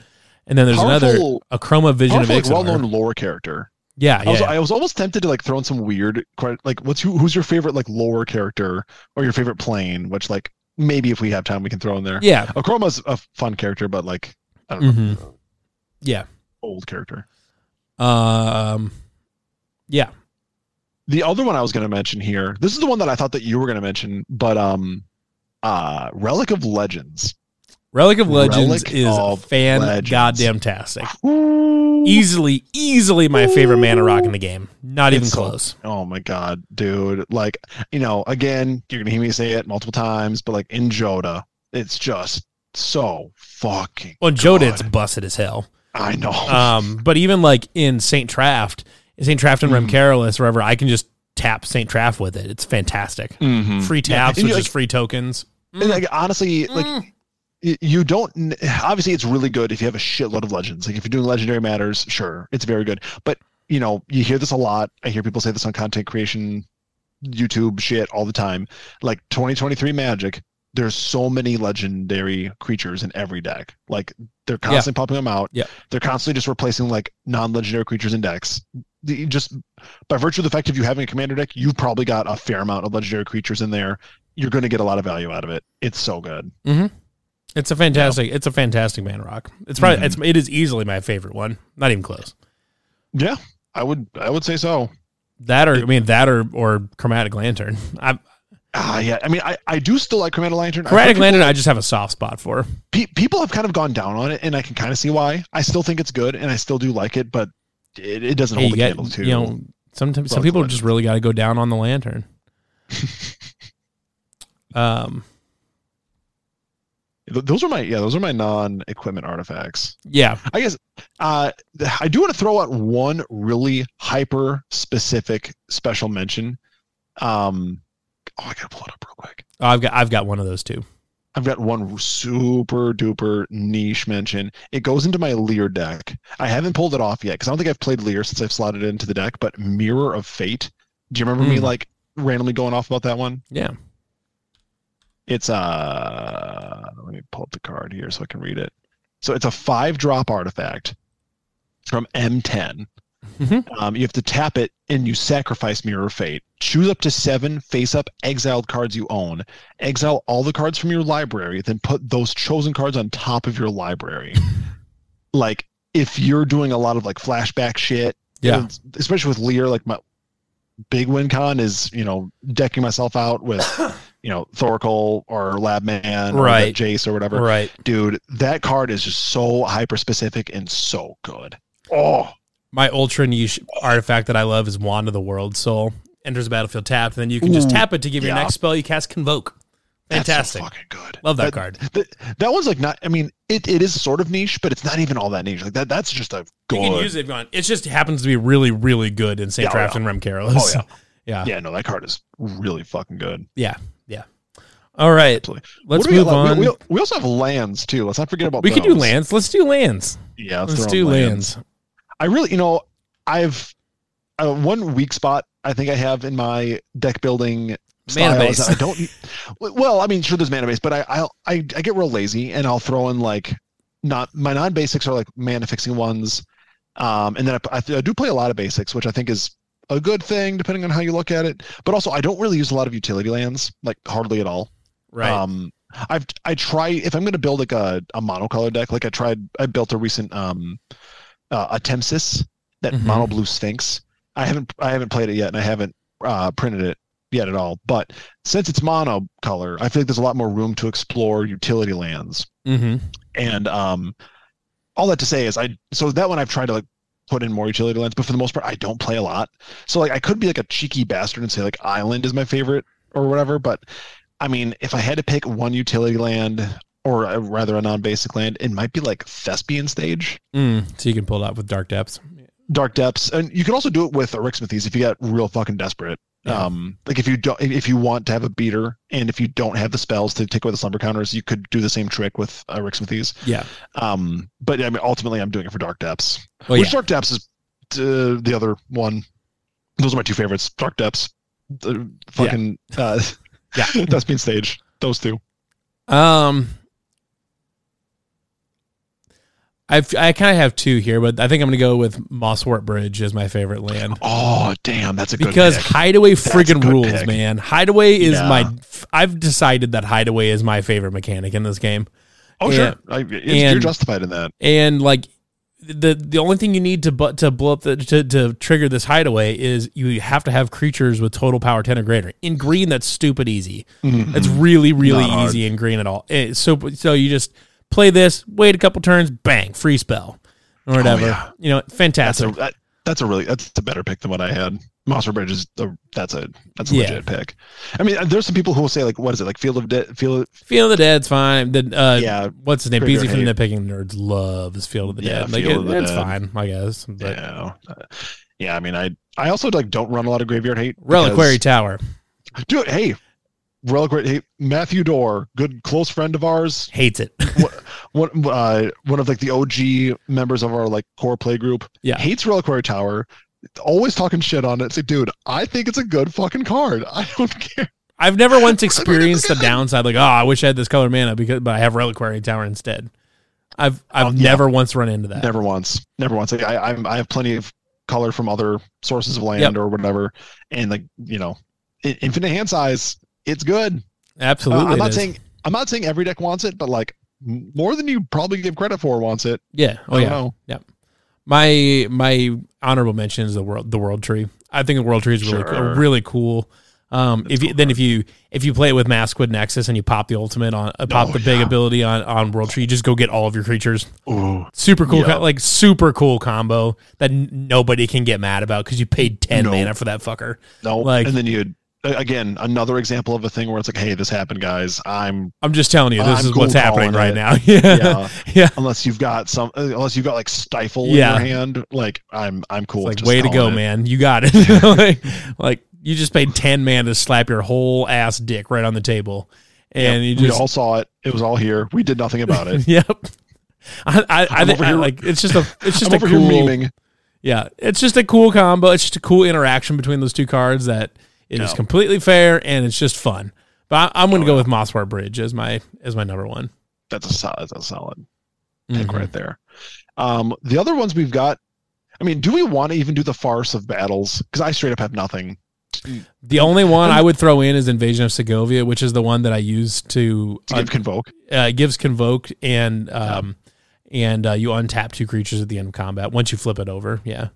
And then there's
Powerful-
another Akroma Vision
Powerful,
of
like,
Ixalar.
well-known lore character.
yeah,
I was,
yeah.
I was almost tempted to like throw in some weird, quite- like what's who, who's your favorite like lore character or your favorite plane? Which like maybe if we have time we can throw in there.
yeah.
Akroma's a fun character, but like I don't know,
hmm Yeah.
old character.
Um yeah.
the other one I was going to mention here. This is the one that I thought that you were going to mention, but um, uh, Relic of Legends.
Relic of Legends
Relic
is
of
fan
Legends.
goddamn tastic.
oh
easily, easily my favorite mana rock in the game. Not even
It's so-
close.
Oh my god, dude! Like you know, again, you're going to hear me say it multiple times, but like in Joda, it's just so fucking.
Well, Joda,
God.
it's busted as hell.
I know.
Um, but even like in Saint Traft, Saint Traft and
Mhm.
Remcarolus, wherever, I can just tap Saint Traft with it. It's fantastic.
Mhm.
Free taps,
and
which
you,
is free tokens.
And, like honestly, like
Mm.
y- you don't n- obviously it's really good if you have a shitload of legends like if you're doing legendary matters sure it's very good but you know you hear this a lot i hear people say this on content creation youtube shit all the time like 2023 magic there's so many legendary creatures in every deck like they're constantly popping them out
Yeah.
they're constantly just replacing like non-legendary creatures in decks The- just by virtue of the fact of you having a commander deck you've probably got a fair amount of legendary creatures in there you're going to get a lot of value out of it it's so good
It's a fantastic. It's a fantastic mana rock. It's probably.
Mhm.
It's. It is easily my favorite one. Not even close.
Yeah, I would I would say so.
That or I mean that or or Chromatic Lantern. I,
Ah, yeah. I mean, I, I do still like Chromatic Lantern. I
Chromatic
think
Lantern, I just have a soft spot for.
pe- people have kind of gone down on it, and I can kind of see why. I still think it's good, and I still do like it, but it, it doesn't
Hey,
hold
you
a candle
got,
to.
you know, sometimes some
Relic of
people just really got to go down on the lantern. um,
Th- those are my yeah, those are my non-equipment artifacts.
yeah,
I guess uh, th- I do want to throw out one really hyper specific special mention. Um, oh, I gotta pull it up real quick.
Oh, I've got I've got one of those too.
I've got one super duper niche mention. It goes into my Lear deck. I haven't pulled it off yet because I don't think I've played Lear since I've slotted it into the deck. But Mirror of Fate. Do you remember me
Mm.
like randomly going off about that one?
Yeah.
It's uh let me pull up the card here so I can read it. So it's a five drop artifact from M10.
Mhm.
Um, you have to tap it and you sacrifice Mirror of Fate. Choose up to seven face up exiled cards you own. Exile all the cards from your library, then put those chosen cards on top of your library. like if you're doing a lot of like flashback shit,
Yeah.
and especially with Lear, like my big win con is, you know, decking myself out with you know, Thorkel or Labman or
Right.
Jace or whatever.
Right.
Dude, that card is just so hyper specific and so good. Oh,
My ultra niche artifact that I love is Wand of the World Soul. Enters the battlefield tapped, and then you can just
Ooh,
tap it to give your
yeah.
next spell. You cast Convoke.
that's so
Fantastic.
fucking good.
Love that card.
That, that one's like not. I mean, it, it is sort of niche, but it's not even all that niche. Like that. That's just a good.
You can use it if you want. It just happens to be really, really good in St.
Yeah, oh,
Draft
yeah.
and Rem Carolus.
Oh
yeah.
yeah, yeah. No, that card is really fucking good.
All right.
Absolutely.
Let's
What do we
move
got left?
on.
We,
We,
we, we also have lands too. Let's not forget about.
could do
those.
lands. Let's do lands.
Yeah,
Let's,
throw in
do lands.
I really, you know, I've uh, one weak spot I think I have in my deck building style
Mana
is that I don't. Well, I mean, sure, there's mana base, but I I'll, I I get real lazy and I'll throw in like not my non basics are like mana fixing ones, um, and then I, I, I do play a lot of basics, which I think is a good thing depending on how you look at it. But also, I don't really use a lot of utility lands, like hardly at all.
Right.
Um, I've I try if I'm going to build like a a monocolor deck, like I tried I built a recent um uh, Atempsis that
Mhm.
mono blue Sphinx. I haven't I haven't played it yet, and I haven't uh, printed it yet at all. But since it's monocolor, I feel like there's a lot more room to explore utility lands
mm-hmm.
and um all that to say is i so that one i've tried to like put in more utility lands but for the most part i don't play a lot so like i could be like a cheeky bastard and say like island is my favorite or whatever but i mean if i had to pick one utility land or uh rather a non-basic land it might be like thespian stage
Mm, so you can pull it out with Dark Depths.
um, dark depths and you can also do it with Eric Smithies if you got real fucking desperate
Yeah.
um like if you don't if you want to have a beater and if you don't have the spells to take away the slumber counters you could do the same trick with uh, Eric Smithies
Yeah.
um, but I mean, ultimately, I'm doing it for Dark Depths.
Well,
Which
Oh, yeah.
Dark Depths is uh, the other one. Those are my two favorites: Dark Depths, the fucking uh,
Yeah.
that's being stage. Those two.
Um, I've, I kind of have two here, but I think I'm going to go with Mosswort Bridge as my favorite land.
Oh damn, that's a good
because
pick.
Hideaway
a
friggin'
good
rules,
pick.
man. Hideaway is
Yeah.
my. I've decided that Hideaway is my favorite mechanic in this game,
oh
yeah.
sure, I, it's- you're
And-
justified in that.
and like the the only thing you need to but to blow up the to, to trigger this Hideaway is you have to have creatures with total power ten or greater. In green, that's stupid easy.
Mhm.
It's really really
Not hard.
easy in green at all. It's so so you just play this, wait a couple turns, bang, free spell or whatever.
Oh, yeah.
You know,
that's
fantastic.
a that, that's a really that's a better pick than what I had. Monster Bridge is a, that's a that's a
Yeah.
legit pick. I mean, there's some people who will say like, what is it like Field of De- Field?
Field of the Dead's fine. The, uh,
Yeah.
What's his name?
Trigger
Beezy from
hate.
Nitpicking Nerds loves Field of the
Yeah,
Dead. Like,
Field of
it-
the
it's
Dead.
fine, I guess. But
Yeah, Uh, yeah. I mean, I I also like don't run a lot of graveyard hate.
Reliquary
because-
Tower.
Dude, hey, reliquary. Hey, Matthew Dorr, good close friend of ours,
Hates it.
one uh, one of like the OG members of our like core play group.
Yeah.
hates reliquary tower. Always talking shit on it. It's like, dude, I think it's a good fucking card. I don't care.
I've never once experienced the downside, like, oh, I wish I had this color mana because but I have Reliquary Tower instead. I've I've
Oh, yeah.
never once run into that.
Never once. Never once. Like, I I'm, I have plenty of color from other sources of land
Yep.
or whatever, and like you know, in- infinite hand size. It's good. Uh,
Absolutely.
I'm not
it is.
saying I'm not saying every deck wants it, but like m- more than you probably give credit for wants it.
Yeah. Oh
I don't
yeah.
know.
My my honorable mention is the world the world tree. I think the world tree is really
Sure.
cool, really cool. Um, if you then if you if you play it with Masquid Nexus and you pop the ultimate on uh, pop
Oh,
the big
yeah.
ability on on world tree, you just go get all of your creatures.
Ooh,
Super cool,
Yeah.
co- like super cool combo that n- nobody can get mad about because you paid ten
No.
mana for that fucker.
No,
Like-
and then you'd again another example of a thing where it's like, hey, this happened, guys. I'm
I'm just telling you, this
I'm
is what's
cool
happening
calling
right
it.
now. Yeah,
yeah.
yeah.
unless you've got some, uh, unless you've got like stifle
Yeah.
in your hand, like I'm I'm cool.
It's like
with just
way to go,
calling it.
man! You got it. like, like You just paid ten man to slap your whole ass dick right on the table, and you
we
just
all saw it. It was all here. We did nothing about it.
yep. I I, I,
I'm
think
over
I
here-
like it's just a it's just
I'm
a
over
cool
here memeing.
yeah it's just a cool combo. It's just a cool interaction between those two cards that it is
Yeah.
completely fair and it's just fun. But I, I'm going to
Oh,
go with Mosswar Bridge as my as my number one.
That's a solid. That's a solid pick
Mhm.
right there. Um, the other ones we've got. I mean, do we want to even do the farce of battles? Because I straight up have nothing.
The only one I would throw in is Invasion of Segovia, which is the one that I use to,
to give convoke.
uh, gives convoked and um and uh, you untap two creatures at the end of combat once you flip it over. Yeah,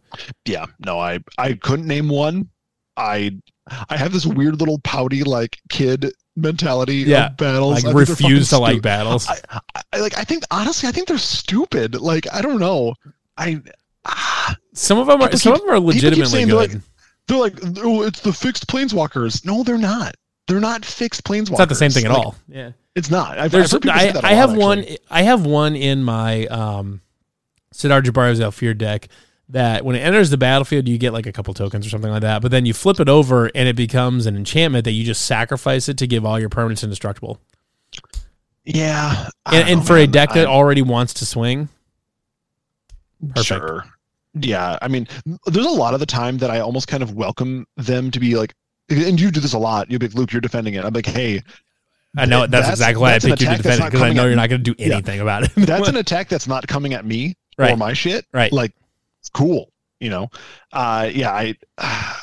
Yeah, no, I I couldn't name one. I I have this weird little pouty like kid mentality
Yeah,
of battles.
like
I think they're
refuse to
fucking
like
stu-
battles.
I, I like I think honestly I think they're stupid. Like I don't know. I ah,
some of them are
people
some
keep-
of them are
keep
legitimately
saying
good.
they're like- they're like oh it's the fixed planeswalkers. No, they're not. They're not fixed planeswalkers.
it's not the same thing at
Like,
all. Yeah.
It's not. I've, I've
There's,
heard people say
I,
that a
I have
lot,
one.
actually.
I have one in my um, Sidar Jabbar's Alfir deck that when it enters the battlefield, you get like a couple tokens or something like that. But then you flip it over and it becomes an enchantment that you just sacrifice it to give all your permanents indestructible.
Yeah, I
And,
don't
and
know,
for a
man.
deck
I-
that already wants to swing, perfect.
Sure. Yeah, I mean, there's a lot of the time that I almost kind of welcome them to be like, and you do this a lot. You'll be like, Luke, you're defending it. I'm like, hey,
I know that's,
Th- that's-
exactly why
that's
I
an
picked you to
attack
defend it
that's
because
not
I know
coming
you're
at-
not going to do
Yeah.
anything about it.
that's an attack that's not coming at me or
right,
my shit.
right.
Like, cool, you know. Uh, yeah, I.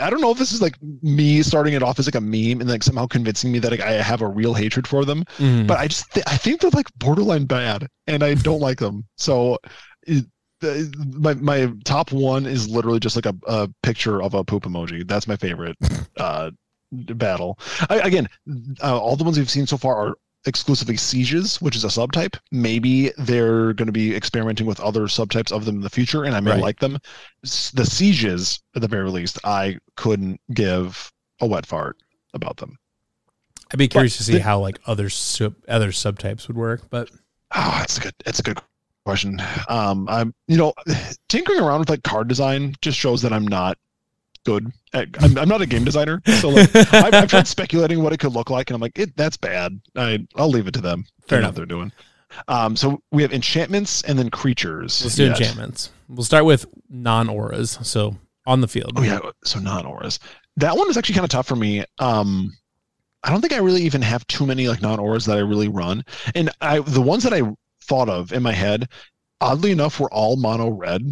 I don't know if this is like me starting it off as like a meme and like somehow convincing me that like I have a real hatred for them,
Mhm.
but I just th- I think they're like borderline bad, and I don't like them. So, it, the- my my top one is literally just like a, a picture of a poop emoji. That's my favorite uh, battle. I, again, uh, all the ones we've seen so far are exclusively sieges, which is a subtype. Maybe they're going to be experimenting with other subtypes of them in the future, and I may
Right.
like them. S- the sieges, at the very least, I couldn't give a wet fart about them.
I'd be curious to see
the-
how like other sub, other subtypes would work. But
Oh, that's a good. That's a good question. Um, I'm, you know, tinkering around with like card design just shows that I'm not good. At, I'm, I'm not a game designer, so like, I've, I've tried speculating what it could look like, and I'm like, it that's bad. I I'll leave it to them.
Fair
They
enough.
know what They're doing. Um, so we have enchantments and then creatures.
let's do
Yes.
enchantments. We'll start with non auras. So on the field,
Oh yeah, so non auras. That one is actually kind of tough for me. Um, I don't think I really even have too many like non auras that I really run, and I the ones that I thought of in my head, oddly enough, were all mono red.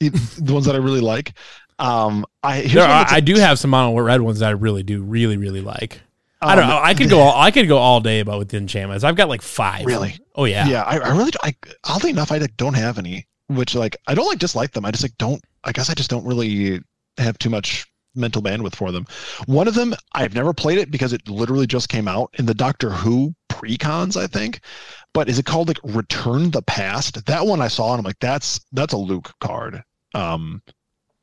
It- the ones that I really like. Um, I here's
there
one
are,
that's-
I do have some mono red ones that I really do really really like. I
um,
don't know. I could go all I could go all day about with the enchantments. I've got like five.
Really?
Oh
Yeah,
yeah.
I, I really do- I oddly enough I like, don't have any, which like I don't like dislike them. I just like don't. I guess I just don't really have too much mental bandwidth for them. One of them I've never played it because it literally just came out in the Doctor Who precons, I think. But is it called like Return the Past? That one I saw and I'm like, that's that's a Luke card. Um,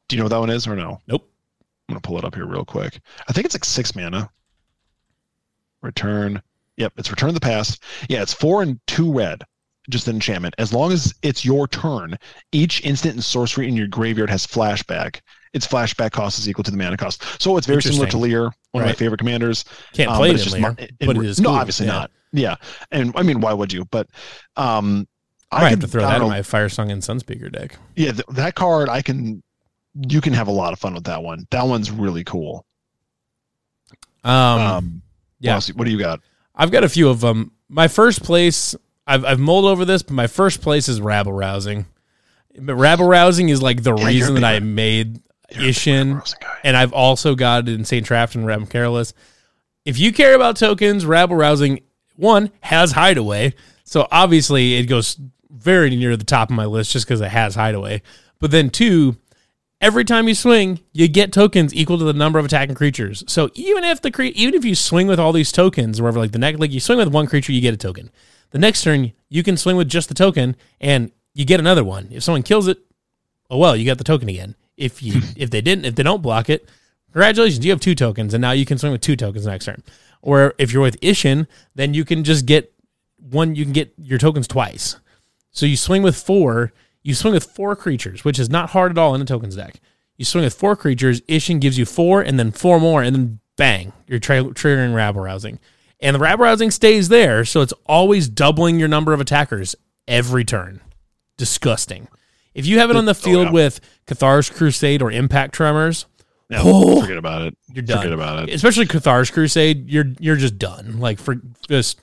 do you know what that one is or no?
Nope.
I'm gonna pull it up here real quick. I think it's like six mana. Return. Yep, it's Return of the Past. Yeah, it's four and two red, just an enchantment. As long as it's your turn, each instant and sorcery in your graveyard has flashback. Its flashback cost is equal to the mana cost. So it's very similar to
Interesting.
Lear, one of my
Right.
favorite commanders.
Can't
Um,
play
but
it
it's
in
just
layer,
mon-
but
in-
it is
no,
cool.
obviously
Yeah.
not. Yeah, and I mean, why would you? But um,
I might have to
could-
throw
I
that in
don't know.
my Fire Song and Sunspeaker deck.
Yeah, th- that card I can. You can have a lot of fun with that one. That one's really cool.
Um,
Um,
yeah.
what, else- what do you got?
I've got a few of them. My first place, I've, I've mulled over this, but my first place is rabble rousing. But rabble rousing is like the
you're a
reason
big
that I
one.
made
You're a big
Ishin,
Rosen guy.
and I've also got it in St. Traft and Rabble Careless. If you care about tokens, Rabble Rousing, one, has Hideaway. So obviously it goes very near the top of my list just because it has Hideaway. But then two, every time you swing, you get tokens equal to the number of attacking creatures. So even if the cre- even if you swing with all these tokens, wherever like the next like you swing with one creature, you get a token. The next turn, you can swing with just the token and you get another one. If someone kills it, oh well, you got the token again. If you if they didn't, if they don't block it, congratulations, you have two tokens, and now you can swing with two tokens next turn. Or if you're with Ishin, then you can just get one. You can get your tokens twice. So you swing with four. You swing with four creatures, which is not hard at all in a tokens deck. You swing with four creatures. Ishin gives you four, and then four more, and then bang, you're tra- triggering rabble rousing. And the rabble rousing stays there, so it's always doubling your number of attackers every turn. Disgusting. If you have it on the
Oh,
field
yeah.
with Cathar's Crusade or Impact Tremors,
No,
Oh.
forget about it.
You're done.
Forget about it.
especially Cathar's Crusade, you're you're just done. Like for just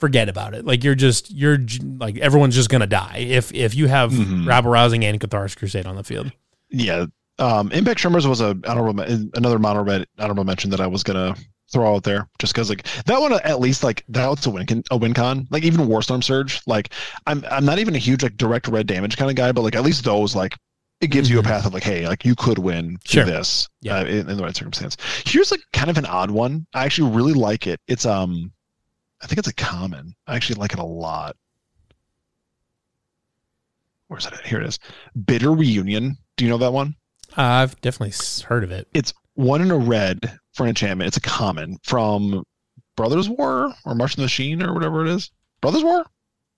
forget about it. Like you're just you're j- like everyone's just gonna die if if you have
Mhm.
rabble rousing and Cathar's Crusade on the field.
Yeah. Um, Impact Tremors was a honorable men- another honorable men- honorable mention that I was gonna throw out there just because like that one at least like that's a win con, a win con like even Warstorm Surge like I'm I'm not even a huge like direct red damage kind of guy but like at least those like it gives you a
Mhm.
path of like hey like you could win
Sure.
to this
Yeah.
uh, in, in the right circumstance here's like kind of an odd one I actually really like it it's um I think it's a common I actually like it a lot where's it at? here it is bitter reunion do you know that one
I've definitely s- heard of it.
one in a red for an enchantment. It's a common from Brothers War or March of the Machine or whatever it is. Brothers War?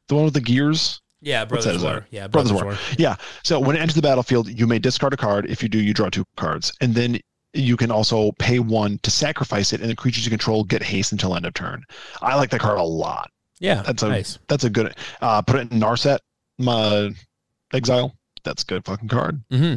The one with the gears?
Yeah,
What's that, Brothers is War. that?
Yeah,
Brothers Brothers War. So when it enters the battlefield, you may discard a card. If you do, you draw two cards. And then you can also pay one to sacrifice it, and the creatures you control get haste until end of turn. I like that card a lot.
Yeah,
That's a-
nice.
That's a good uh put it in Narset, my exile. That's a good fucking card.
hmm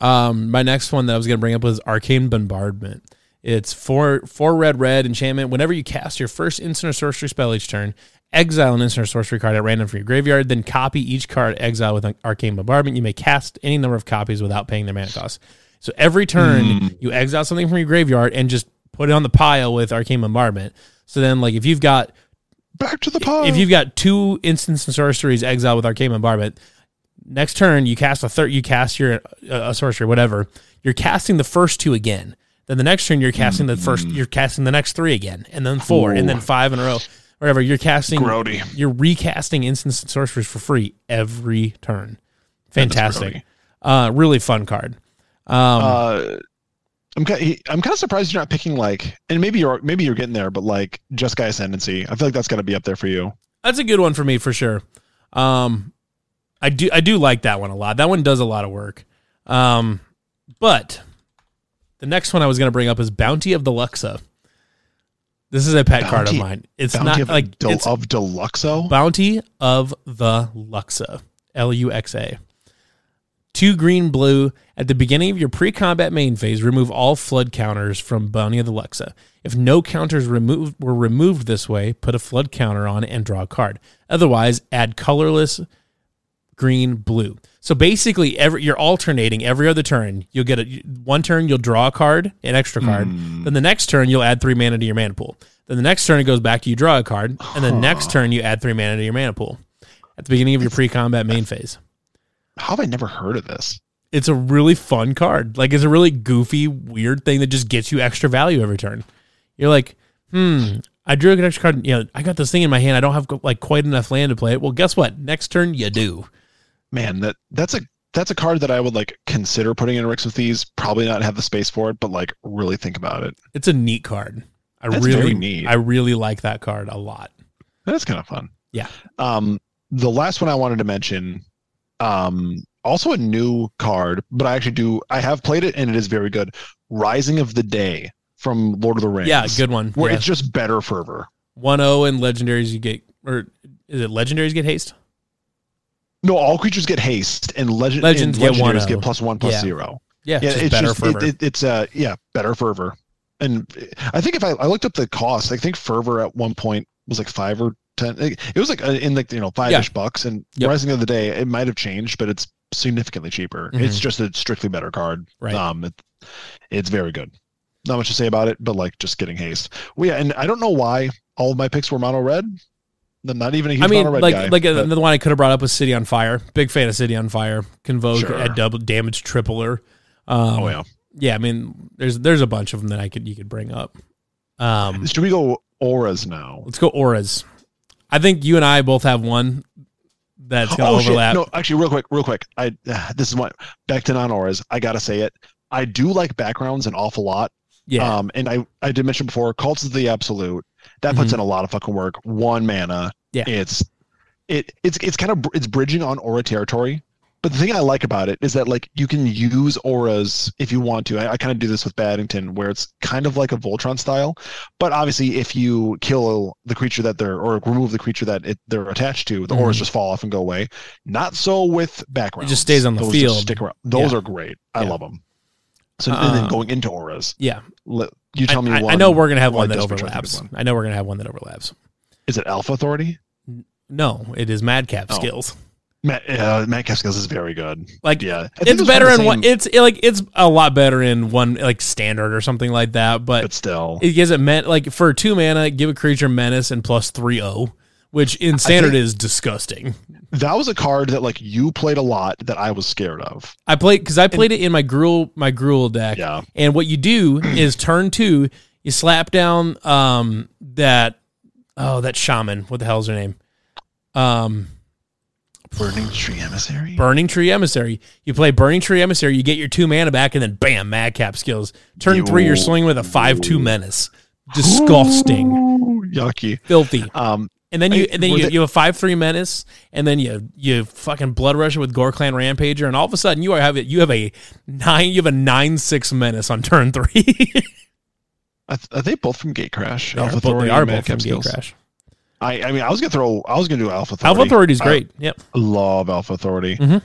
Um, my next one that I was going to bring up was Arcane Bombardment. It's four four red red enchantment. Whenever you cast your first instant or sorcery spell each turn, exile an instant or sorcery card at random from your graveyard. Then copy each card exile with an Arcane Bombardment. You may cast any number of copies without paying their mana cost. So every turn
Mm.
you exile something from your graveyard and just put it on the pile with Arcane Bombardment. So then, like if you've got
Back to the pile.
if you've got two instants and sorceries exiled with arcane bombardment, next turn you cast a third, you cast your uh, a sorcery, whatever. You're casting the first two again. Then the next turn you're casting the first, you're casting the next three again, and then four, and then
Ooh.
five in a row, whatever. You're casting,
Grody.
you're recasting instants and sorceries for free every turn. Fantastic,
Grody.
uh, really fun card. Um,
Uh, I'm kind of, I'm kind of surprised you're not picking like, and maybe you're maybe you're getting there, but like just guy ascendancy. I feel like that's got to be up there for you.
that's a good one for me for sure. Um, I do I do like that one a lot. That one does a lot of work. Um, but the next one I was going to bring up is Bounty of the Luxa. This is a pet card of
Bounty-
mine. It's
Bounty
not
of,
like
Del-
it's
of Deluxo.
Bounty of the Luxa. L U X A. Two green blue. At the beginning of your pre combat main phase, remove all flood counters from Bounty of the Luxa. If no counters removed were removed this way, put a flood counter on and draw a card. Otherwise, add colorless green blue. So basically, every you're alternating every other turn. You'll get a one turn you'll draw a card, an extra card.
Hmm.
Then the next turn you'll add three mana to your mana pool. Then the next turn it goes back to you draw a card, and the next turn you add three mana to your mana pool. At the beginning of your pre-combat main phase,
How have I never heard of this?
it's a really fun card. Like it's a really goofy, weird thing that just gets you extra value every turn. You're like, hmm, I drew an extra card. You know, I got this thing in my hand. I don't have like quite enough land to play it. Well, guess what? Next turn you do.
Man, that that's a that's a card that I would like consider putting in Ricks with these. Probably not have the space for it, but like really think about it.
It's a neat card. I
That's
really
very neat.
I really like that card a lot.
That's kind of fun.
Yeah.
Um, the last one I wanted to mention, um, also a new card, but I actually do I have played it and it is very good. Rising of the Day from Lord of the Rings.
Yeah, good one.
Where
yeah.
it's just better fervor.
1-0 and legendaries you get or is it legendaries get haste?
No, all creatures get haste, and legend
Legends
legends
get
and legendaries
1-0.
get plus one plus
Yeah.
zero.
Yeah,
Yeah,
just
it's
better
just
fervor.
It, it, it's uh yeah better fervor, and I think if I, I looked up the cost, I think fervor at one point was like five or ten. It it was like uh, in like you know five ish bucks, and
Yep.
rising of the day it might have changed, but it's significantly cheaper. It's just a strictly better card.
Mm-hmm. Right.
Um, it, it's very good. Not much to say about it, but like just getting haste. Well, yeah, and I don't know why all of my picks were mono red. I'm not even a huge
I mean,
mono red
like
guy.
like uh,
but-
another one I could have brought up was City on Fire. Big fan of City on Fire. Convoke
Sure.
at double damage tripler. Um,
oh yeah.
yeah, I mean, there's there's a bunch of them that I could you could bring up. Um,
Should we go auras now?
let's go auras. I think you and I both have one that's gonna
oh
overlap.
shit! No, actually, real quick, real quick. I uh, this is what back to non auras. I gotta say it. I do like backgrounds an awful lot.
Yeah,
Um, and I I did mention before, cults is the absolute. That puts in a lot of fucking work. One mana.
Mm-hmm. Yeah.
It's it it's it's kind of br- it's bridging on aura territory. But the thing I like about it is that like you can use auras if you want to. I, I kind of do this with Baddington, where it's kind of like a Voltron style, but obviously if you kill the creature that they're or remove the creature that it, they're attached to, the auras
Mhm.
just fall off and go away. Not so with background.
stays on the field.
Stick around. Those
Yeah.
are great. I
Yeah.
love them. So and
Uh,
then going into auras.
yeah.
Let, you tell
I,
me.
I- I
one.
know we're gonna have one
one
that
does portray the
overlaps.
good
I know we're gonna have one that overlaps.
Is it Alpha Authority?
No, it is madcap
Oh.
skills.
Matt, uh, Matt Caskills is very good.
Like
Yeah, I think
it's
those are
better
the
in
same,
one. It's like it's a lot better in one like standard or something like that. But
but still,
it gives it meant like for two mana, give a creature menace and plus three O, which in standard is disgusting.
that was a card that like you played a lot that I was scared of.
I played because I played it in my gruel my gruel deck.
Yeah,
And what you do is turn two, you slap down um that oh that shaman. What the hell's her name? Um
Burning Tree Emissary.
Burning Tree Emissary. You play Burning Tree Emissary, you get your two mana back, and then bam, madcap skills. Turn three, you're swinging with a five two menace. Disgusting,
Ooh, yucky.
filthy.
Um,
And then you
I-
and then
were
you,
they-
you have a five three menace, and then you you fucking blood rush it with Gore Clan Rampager, and all of a sudden you are have it. You have a nine. You have a nine six menace on turn three.
are are they both from Gate Crash?
They are both- they
Authority
are
and
both
Madcap
from Gate
Skills?
Crash.
I, I mean, I was gonna throw. I was gonna do Alpha Authority. Uh,
Alpha Authority is
I
great. Yep.
love Alpha Authority.
Mhm.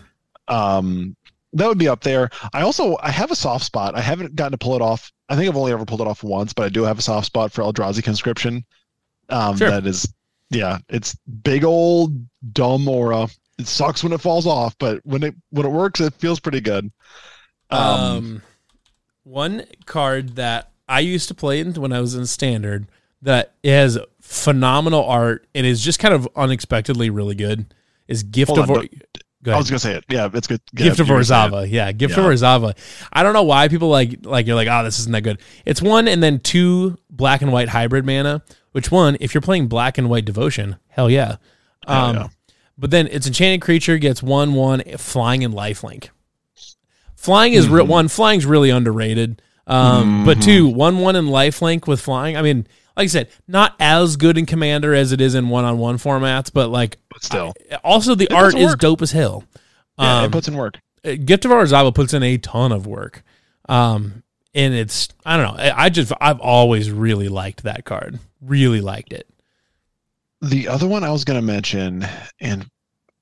Um, that would be up there. I also I have a soft spot. I haven't gotten to pull it off. I think I've only ever pulled it off once, but I do have a soft spot for Eldrazi conscription. Um,
Sure.
that is, yeah, it's big old dumb aura. It sucks when it falls off, but when it when it works, it feels pretty good.
Um,
Um,
one card that I used to play in when I was in standard that has phenomenal art and is just kind of unexpectedly really good is Gift
Hold
of
on,
Or- Go
I
ahead.
was gonna say it. Yeah, it's good. Yeah,
Gift of
you were saying it.
Orzava. Yeah, Gift of
Yeah.
Orzava. I don't know why people like like you're like, oh, this isn't that good. It's one and then two black and white hybrid mana. Which one, if you're playing black and white devotion, hell yeah.
Hell
Um
yeah.
but then it's enchanted creature, gets one one flying and lifelink. Flying is
Mm-hmm.
re- one, flying's really underrated. Um, but two, one one and lifelink with flying. I mean, like I said, not as good in commander as it is in one on one formats, but like
But still,
also the
It
art
doesn't
is
work.
dope as hell.
yeah,
Um,
it puts in work.
uh, Gift of Orzava puts in a ton of work. Um, and it's I don't know. I I just I've always really liked that card. Really liked it.
The other one I was gonna mention, and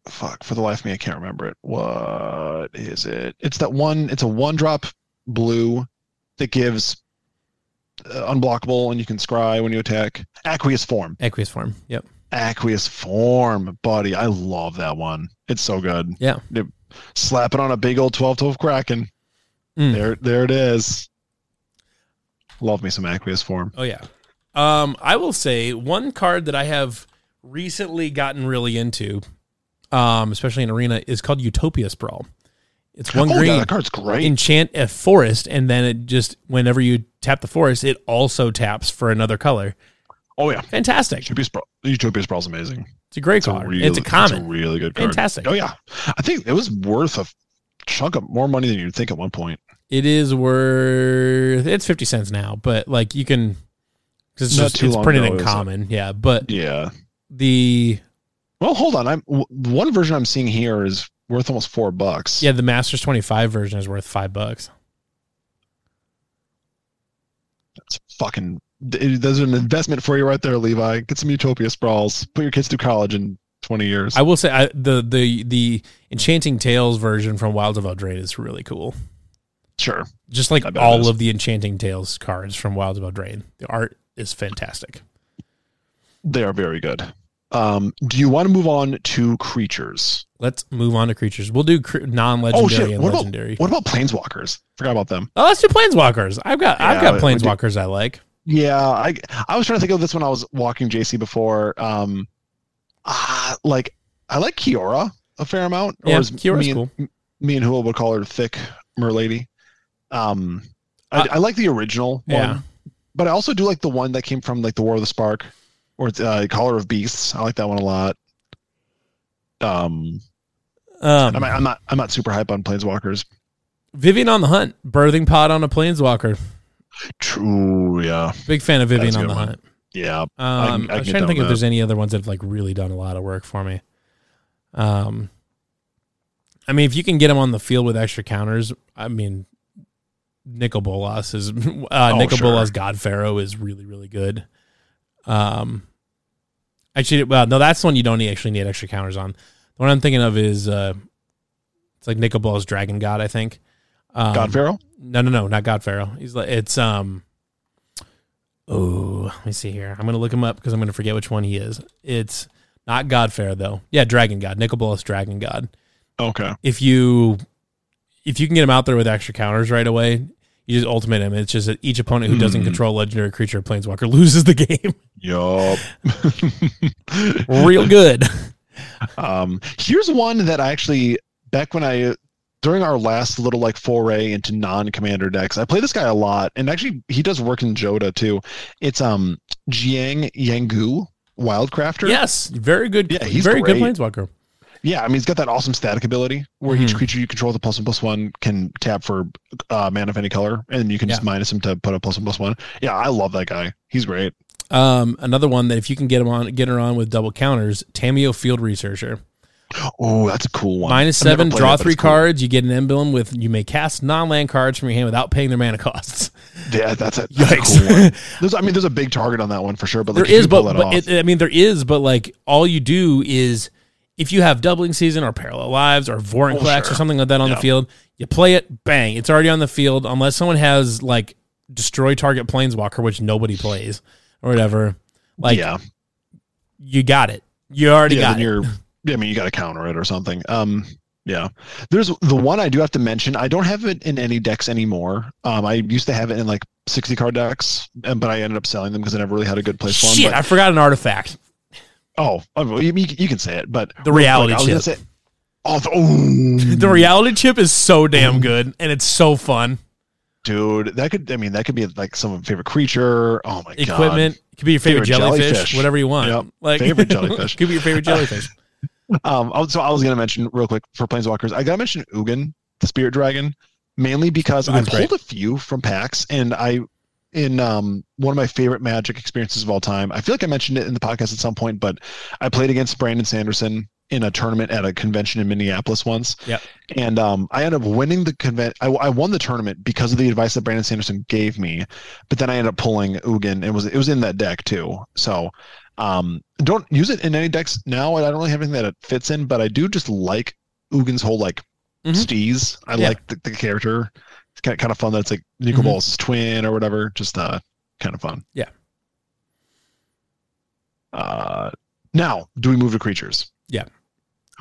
fuck, for the life of me, I can't remember it. What is it? It's that one. It's a one-drop blue that gives uh, unblockable, and you can scry when you attack. Aqueous form,
Aqueous form. Yep.
aqueous form, buddy. I love that one. It's so good.
Yeah.
It- slap it on a big old twelve-twelve kraken.
Mm.
There, there it is. Love me some aqueous form.
Oh yeah. Um, I will say one card that I have recently gotten really into, um, especially in arena, is called Utopia Sprawl. It's one
oh, yeah,
green.
that card's great.
enchant a forest, and then it just whenever you tap the forest, it also taps for another color.
oh yeah,
Fantastic!
Utopia Sprawl. Utopia Sprawl's amazing.
It's a great
It's a
card.
really-
it's a
It's a
common.
really good card.
Fantastic.
Oh yeah, I think it was worth a chunk of more money than you'd think at one point.
It is worth. It's fifty cents now, but like you can. 'cause it's
Not
just-
too
it's
long
printed
ago,
in
it was, uh,
common, yeah. But
Yeah.
the
Well, hold on. I'm w- one version I'm seeing here is worth almost four bucks.
yeah the Masters twenty five version is worth five bucks.
That's fucking. th- There's an investment for you right there, Levi. Get some Utopia sprawls. Put your kids through college in 20 years.
I will say I, the the the Enchanting Tales version from Wilds of Eldraine is really cool.
sure.
Just like
I bet it
all
is.
of the Enchanting Tales cards from Wilds of Eldraine, the art is fantastic.
They are very good. Um, do you want to move on to creatures?
Let's move on to creatures. We'll do cre- non-legendary
Oh, shit.
and
What about-
legendary.
What about planeswalkers? Forgot about them.
oh, let's do planeswalkers. I've got I've
Yeah,
got
we do-
planeswalkers I like.
Yeah, I I was trying to think of this when I was walking JC before. Um, ah, like I like Kiora a fair amount.
Yeah,
as
Kiora's
me and,
cool.
m- Me and Hula would call her thick Merlady. Um, I,
Uh,
I like the original one,
yeah.
but I also do like the one that came from like the War of the Spark or it's, uh, Caller of Beasts. I like that one a lot. Um, I'm,
Um,
I'm not I'm not super hype on Planeswalkers.
Vivian on the Hunt, birthing pod on a planeswalker.
True, yeah,
Big fan of Vivian
That's a
on
good
the
one.
Hunt.
yeah.
Um,
I can- I
I was
can get
trying to think
down with
if
that.
there's any other ones that have like really done a lot of work for me. Um, I mean, if you can get him on the field with extra counters, I mean, Nicol Bolas is uh, Nicol
Oh, sure.
Bolas God Pharaoh is really really good. Um, actually, well, no, that's one you don't need, actually need extra counters on. The one I'm thinking of is uh, it's like Nicol Bolas Dragon God, I think. Um,
God Pharaoh?
No, no, no, not God Pharaoh. He's like it's um. Oh, let me see here. I'm gonna look him up because I'm gonna forget which one he is. It's not God Pharaoh though. Yeah, Dragon God, Nicol Bolas Dragon God
Okay.
if you if you can get him out there with extra counters right away, you just ultimate him. It's just that each opponent who doesn't
Hmm.
control a legendary creature or planeswalker loses the game.
Yup.
Real good.
Um, here's one that I actually back when I during our last little like foray into non-commander decks, I play this guy a lot, and actually he does work in Joda too. It's um Jiang Yangu Wildcrafter.
yes, very good.
Yeah, he's
very good
great.
planeswalker.
yeah. I mean, he's got that awesome static ability where each
Mhm.
creature you control with a plus one plus one can tap for uh, mana of any color, and you can just minus him to put a plus one plus one. Yeah, I love that guy. He's great.
Um, another one that if you can get him on, get her on with double counters. Tamio Field Researcher,
Oh, that's a cool one.
minus
I've never
seven,
played
draw
it, but
three
it's cool.
cards. You get an emblem with. You may cast non-land cards from your hand without paying their mana costs.
Yeah, that's a, that's a
Yikes.
cool one. There's, I mean, there's a big target on that one for sure. But like, if
there
you
is,
can pull
but,
that
but
off-
it, I mean, there is, but like all you do is if you have doubling season or parallel lives or Voranklex
Oh,
or
sure.
something like that on
Yeah.
the field, you play it, bang, it's already on the field unless someone has like destroy target planeswalker, which nobody plays or whatever. Like
yeah,
you got it, you already
yeah,
got
then
it.
you're. yeah, I mean, you got to counter it or something. Um, yeah. There's the one I do have to mention. I don't have it in any decks anymore. Um, I used to have it in like 60 card decks, and- but I ended up selling them because I never really had a good place for
Shit,
them.
I forgot an artifact.
But, oh, oh, well, you, you you can say it, but
The reality
I was gonna
chip.
say- oh, the, oh,
The reality chip is so damn good and it's so fun.
dude, that could. I mean, that could be like some favorite creature. Oh my god,
Equipment could be your favorite,
Favorite
jellyfish,
jellyfish.
whatever you want.
Yep.
Like
Favorite jellyfish.
could be your favorite jellyfish.
Um, I was- so I was gonna mention real quick for planeswalkers. I gotta mention Ugin, the spirit dragon, mainly because I
Ugin's
pulled a few from packs, and I, in um, one of my favorite Magic experiences of all time. I feel like I mentioned it in the podcast at some point, but I played against Brandon Sanderson in a tournament at a convention in Minneapolis once.
Yep.
And um, I ended up winning the convent. I, I won the tournament because of the advice that Brandon Sanderson gave me, but then I ended up pulling Ugin. It was it was in that deck too. So um, don't use it in any decks now. and I don't really have anything that it fits in, but I do just like Ugin's whole like
Mhm.
steez. I
Yeah.
like the, the character. It's kind of, kind of fun that it's like Nico
Mhm.
Ball's twin or whatever. Just uh, kind of fun.
Yeah.
Uh, now do we move to creatures?
Yeah.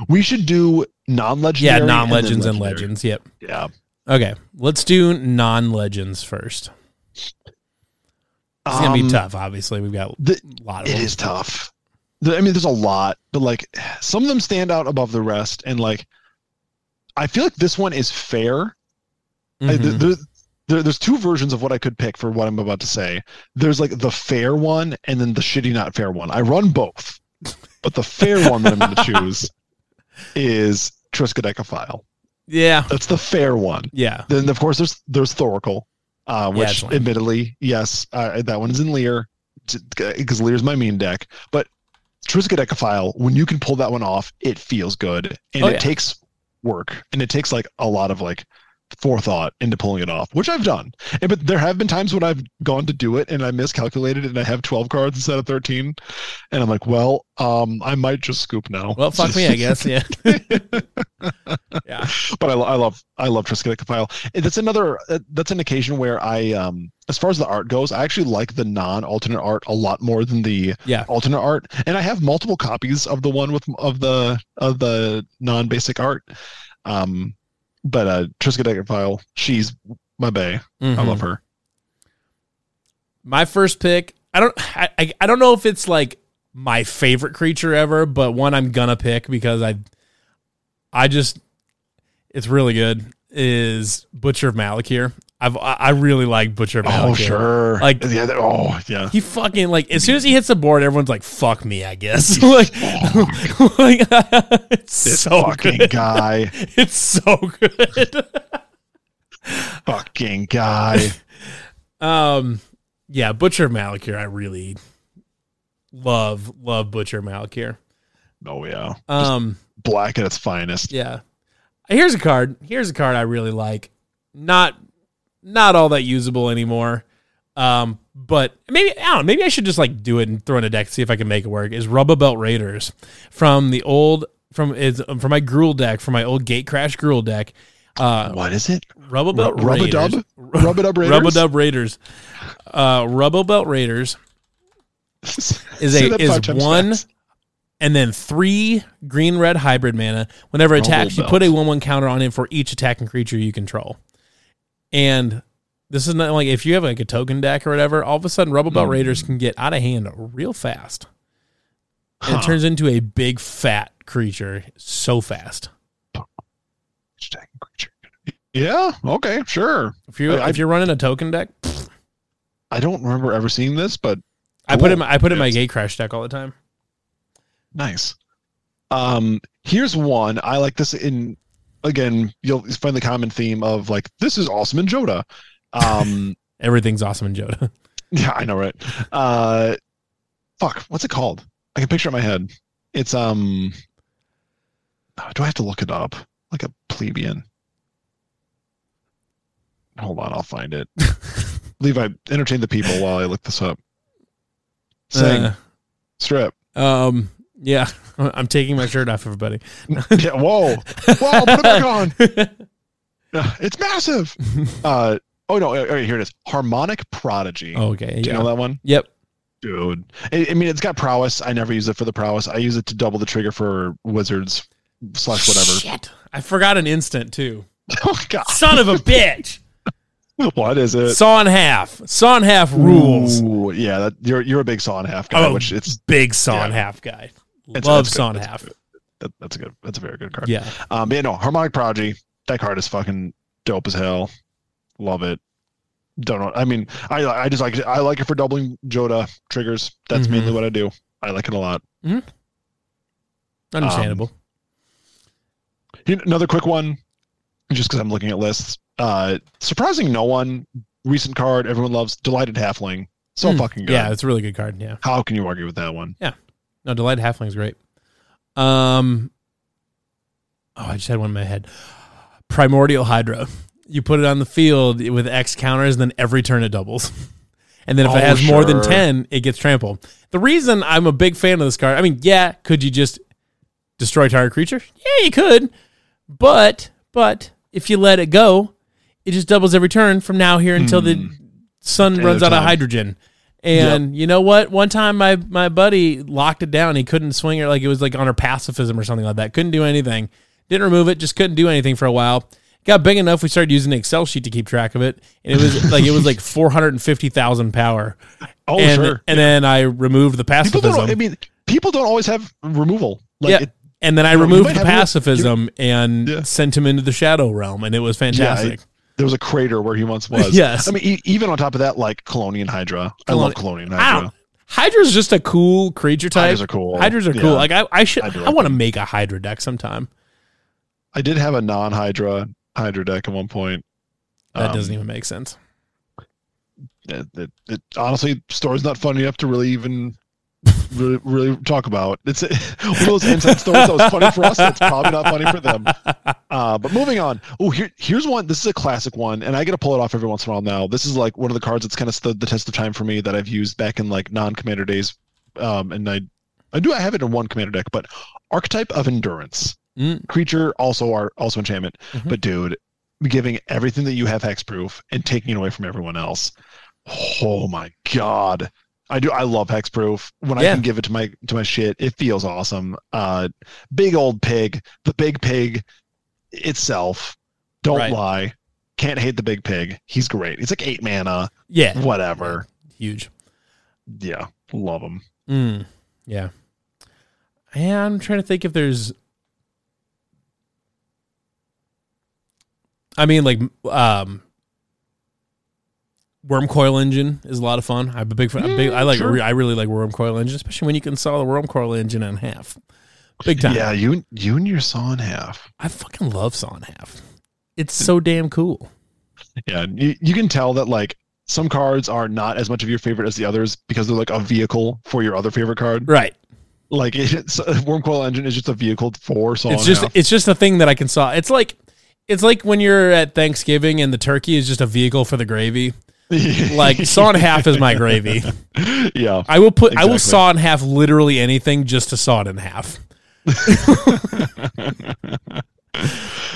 We should do non-legendary.
yeah,
and then
non-legends and
legendary.
legends. Yep.
Yeah.
Okay, let's do non-legends first. It's gonna be
Um,
tough. Obviously, we've got
the-
a lot of
It
them.
is tough. The- I mean, there's a lot, but like some of them stand out above the rest, and like I feel like this one is fair. I-
Mhm.
th- there- there- there's two versions of what I could pick for what I'm about to say. There's like the fair one and then the shitty not fair one. I run both, but the fair one that I'm going to choose is Triskaidekaphile.
yeah,
That's the fair one.
yeah.
Then of course there's there's Thoracle, uh,
Yeah,
which
it's lame.
admittedly, yes, uh, that one's in Lear because Lear's my mean deck. But Triskaidekaphile, when you can pull that one off, it feels good, and
Oh,
it
yeah.
takes work, and it takes like a lot of like forethought into pulling it off, which I've done. And, but there have been times when I've gone to do it and I miscalculated, and I have 12 cards instead of 13, and I'm like, well, um, I might just scoop now.
Well, fuck me, I guess. Yeah, yeah.
but I, lo- I love I love Triskaidekaphile. And That's another that- that's an occasion where I um as far as the art goes, I actually like the non alternate art a lot more than the
Yeah.
alternate art. And I have multiple copies of the one with of the of the non basic art. Um, but uh Triskaidekaphile, she's my bae. I
Mhm.
love her.
My first pick. I don't. I, I. I don't know if it's like my favorite creature ever, but one I'm gonna pick because I. I just. It's really good. Is Butcher of Malakir. I've. I I really like Butcher of Malakir.
Oh sure,
Like-
yeah, that- oh yeah.
He fucking like as soon as he hits the board, everyone's like, "Fuck me," I guess. like, like it's
This
so
fucking
good.
guy,
It's so good.
fucking guy.
um, yeah, Butcher Malakir, I really love love Butcher Malakir.
Oh yeah,
Um,
black at its finest.
yeah, Here's a card. Here's a card I really like. Not not all that usable anymore. Um, but maybe I don't know, maybe I should just like do it and throw in a deck, see if I can make it work. Is Rubber Belt Raiders from the old from is from my Gruul deck, from my old Gatecrash Gruul deck. Uh
What is it?
Rubber Belt
Rubba
Raiders.
Dub? Rub it up, Raiders.
Rubber Dub Raiders. Uh Rubber Belt Raiders is
Say
a
that
is
five times
one
fast.
and then three green red hybrid mana. Whenever attacks, you
Belt.
put a one one counter on it for each attacking creature you control. And this is not like if you have like a token deck or whatever, all of a sudden Rubble
Hmm.
Belt Raiders can get out of hand real fast. And
Huh.
it turns into a big fat creature so fast.
Attacking creature. Yeah. Okay. Sure.
If you
I-
if you're running a token deck,
I don't remember ever seeing this, but
I put
Cool.
it in my- I put it in my
Yes.
gate crash deck all the time.
Nice. Um, here's one I like this in again, you'll find the common theme of like this is awesome in Joda. Um
Everything's awesome in Joda.
yeah, I know right. Uh fuck, what's it called? I can picture it in my head. It's um oh, do I have to look it up? Like a plebeian. Hold on, I'll find it. Levi, entertain the people while I look this up. Sing,
Uh,
strip.
um yeah, I'm taking my shirt off everybody.
Yeah, whoa. Whoa, put it back on. Uh, it's massive. Uh, oh no! All right, here it is. Harmonic Prodigy.
okay.
Do you
Oh, Yeah.
know that one,
Yep.
dude? I, I mean, it's got prowess. I never use it for the prowess. I use it to double the trigger for wizards slash whatever.
Shit. I forgot an instant too.
oh god,
Son of a bitch.
what is it?
Saw in half. Saw in half rules.
Ooh, yeah, that, you're you're a big saw and half guy,
Oh.
which it's
Big saw in
Yeah.
half guy.
It's-
Love
that's good.
saw in
That's
half.
good. that, that's a good, that's a very good card.
Yeah.
Um, but yeah, no, Harmonic Prodigy. That card is fucking dope as hell. Love it. Don't know. I mean, I I just like it. I like it for doubling Joda triggers. That's
Mhm.
mainly what I do. I like it a lot.
Understandable.
Um, Here- Another quick one, just because I'm looking at lists. Uh, surprising no one. Recent card everyone loves. Delighted Halfling. So
Hmm.
fucking good.
yeah, it's a really good card. Yeah.
How can you argue with that one?
No, Delight Halfling's great. Um Oh, I just had one in my head. Primordial Hydra. You put it on the field with X counters, and then every turn it doubles. And then if
Oh,
it has more than
sure.
10, it gets trampled. The reason I'm a big fan of this card, I mean, yeah, could you just destroy target creature? Yeah, you could. But but if you let it go, it just doubles every turn from now here until
Hmm.
the sun
Day
runs
of
out of
time.
hydrogen. And you know what? One time my my buddy locked it down. He couldn't swing it like it was like on her pacifism or something like that. Couldn't do anything. Didn't remove it, just couldn't do anything for a while. Got big enough we started using an Excel sheet to keep track of it. And it was like it was like four hundred and fifty thousand power.
Oh
and
sure.
and then I removed the
people don't. I
pacifism.
mean, people don't always have removal. Like
Yeah.
it,
And then I
you
removed
might
the
have more-
pacifism and
Yeah.
sent him into the shadow realm and it was fantastic.
there was a crater where he once was.
Yes.
I mean, e- even on top of that, like Colonian Hydra. I love Colonian
I
Hydra.
don't Hydra's just a cool creature type.
Hydras are cool.
Hydras are
Yeah.
cool. Like I, I should,
I
I,
do like
want to make a Hydra deck sometime.
I did have a non-Hydra Hydra deck at one point.
That
Um,
doesn't even make sense.
it, it, it honestly story's not funny enough to really even really, really talk about it's one of those inside stories that was funny for us that's probably not funny for them uh, but moving on oh here, here's one this is a classic one and i get to pull it off every once in a while now this is like one of the cards that's kind of stood the test of time for me that i've used back in like non-commander days um, and i i do i have it in one commander deck but archetype of endurance
Mm.
creature also are also enchantment
Mhm.
but dude giving everything that you have hexproof and taking it away from everyone else oh my god i do i love hexproof when i
Yeah.
can give it to my to my shit it feels awesome uh big old pig the big pig itself don't
Right.
lie can't hate the big pig he's great he's like eight mana
Yeah,
whatever
huge.
yeah love him
Mm. Yeah, and I'm trying to think if there's. I mean, like, um, worm coil engine is a lot of fun. I'm a big fan. I'm big, I
Mm,
like.
sure.
re- I really like worm coil engine, especially when you can saw the worm coil engine in half. Big time.
yeah you you and your saw in half
I fucking love saw in half. It's so damn cool.
Yeah, and you, you can tell that like some cards are not as much of your favorite as the others because they're like a vehicle for your other favorite card.
Right.
Like it's Wormcoil Engine is just a vehicle for Saw.
it's just
now.
it's just a thing that I can saw. It's like it's like when you're at Thanksgiving and the turkey is just a vehicle for the gravy. Like saw in half is my gravy.
yeah.
I will put I will
Exactly.
saw in half literally anything just to saw it in half.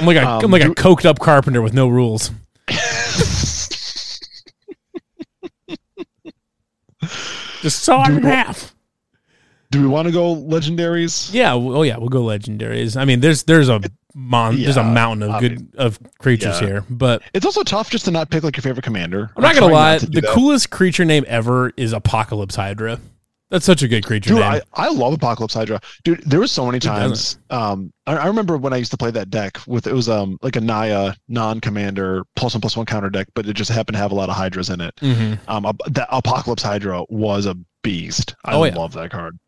I'm like a
Um,
am like a
do-
coked up carpenter with no rules. Just saw it
Do-
in half.
Do we want to go legendaries?
Yeah. w- Oh yeah. We'll go legendaries. I mean, there's there's a mon there's a
Yeah,
mountain of good of creatures
yeah.
here, but
It's also tough just to not pick like your favorite commander.
I'm not gonna
trying
lie.
to do
the
that.
coolest creature name ever is Apocalypse Hydra. That's such a good creature
Dude,
name.
I, I love Apocalypse Hydra. Dude, there was so many times.
doesn't?
Um, I, I remember when I used to play that deck with it was um like a Naya non-commander plus one plus one counter deck, but it just happened to have a lot of Hydras in it.
Mhm.
Um, ap- that Apocalypse Hydra was a beast. I
Oh, yeah.
love that card.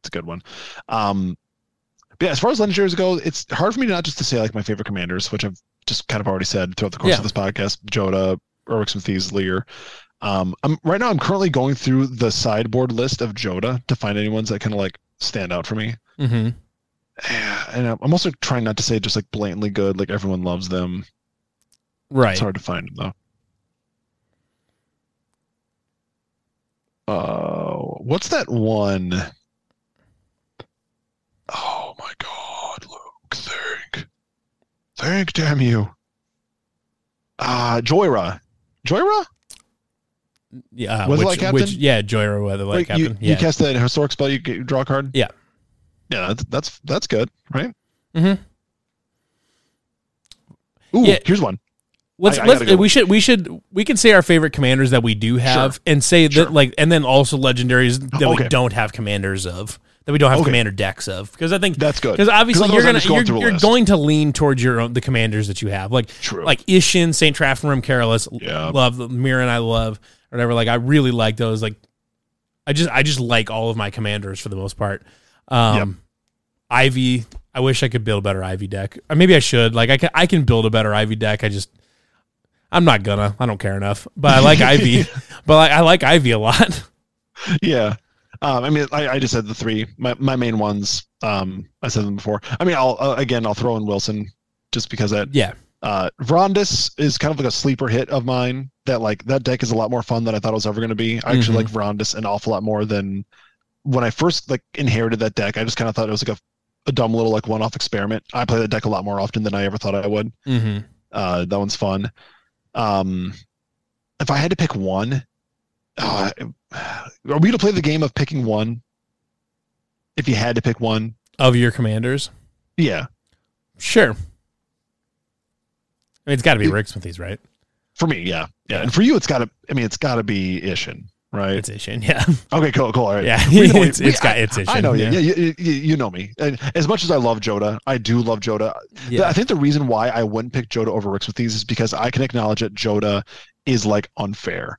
It's a good one. Um, but yeah, as far as legendaries go, it's hard for me not just to say like my favorite commanders, which I've just kind of already said throughout the course
Yeah.
of this podcast: Joda, Urwix Thieves, Lear. Um, I'm right now. I'm currently going through the sideboard list of Joda to find any ones that kind of like stand out for me.
Mhm.
And I'm also trying not to say just like blatantly good, like everyone loves them.
Right.
It's hard to find them though. Uh, what's that one? Oh my god, Luke! Think, think, damn you! Ah, Joyra, Joyra.
Yeah, uh,
Weatherlight
which,
Captain?
which yeah, Joyra Weatherlight
Wait, you,
Captain.
you
yeah.
cast that historic spell, you, get, you draw a card.
Yeah.
yeah, that's that's, that's good, right?
Mhm.
Ooh,
Yeah.
here's one.
let's
I- I
let's
gotta go.
we should we should we can say our favorite commanders that we do have and say
Sure.
that like and then also legendaries that we
Okay.
don't have commanders of that we don't have
Okay.
commander decks of because I think
That's good.
because obviously
otherwise
you're
I'm
gonna
just going
you're,
through a
you're
list.
going to lean towards your own the commanders that you have like
True.
like Ishin Saint Traphorum Carolus
Yeah.
love Mira and I love or whatever like I really like those like I just I just like all of my commanders for the most part um
Yep.
Ivy I wish I could build a better Ivy deck or maybe I should like I can I can build a better Ivy deck I just I'm not gonna I don't care enough but I like Ivy but like, I like Ivy a lot
Yeah. Um, I mean, I, I just said the three, my, my main ones. Um, I said them before. I mean, I'll, uh, again, I'll throw in Wilson just because that,
yeah
uh, Vrondis is kind of like a sleeper hit of mine that like that deck is a lot more fun than I thought it was ever going to be. I actually like Vrondis an awful lot more than when I first like inherited that deck. I just kind of thought it was like a, a dumb little like one-off experiment. I play that deck a lot more often than I ever thought I would.
mm-hmm.
Uh, that one's fun. Um, if I had to pick one, uh, are we to play the game of picking one? If you had to pick one,
of your commanders
yeah,
sure I mean, it's got to be Rick Smithies right
for me, yeah, yeah, and for you, it's gotta. I mean, it's gotta be Ishin, right?
it's Ishin yeah
okay, cool, cool, all right.
yeah
We know-
it's,
we-
it's got it's Ishin
I know you.
yeah.
Yeah, you, you, you know me. And as much as I love Joda, I do love Joda.
Yeah.
I think the reason why I wouldn't pick Joda over Ricks with these is because I can acknowledge that Joda is like unfair.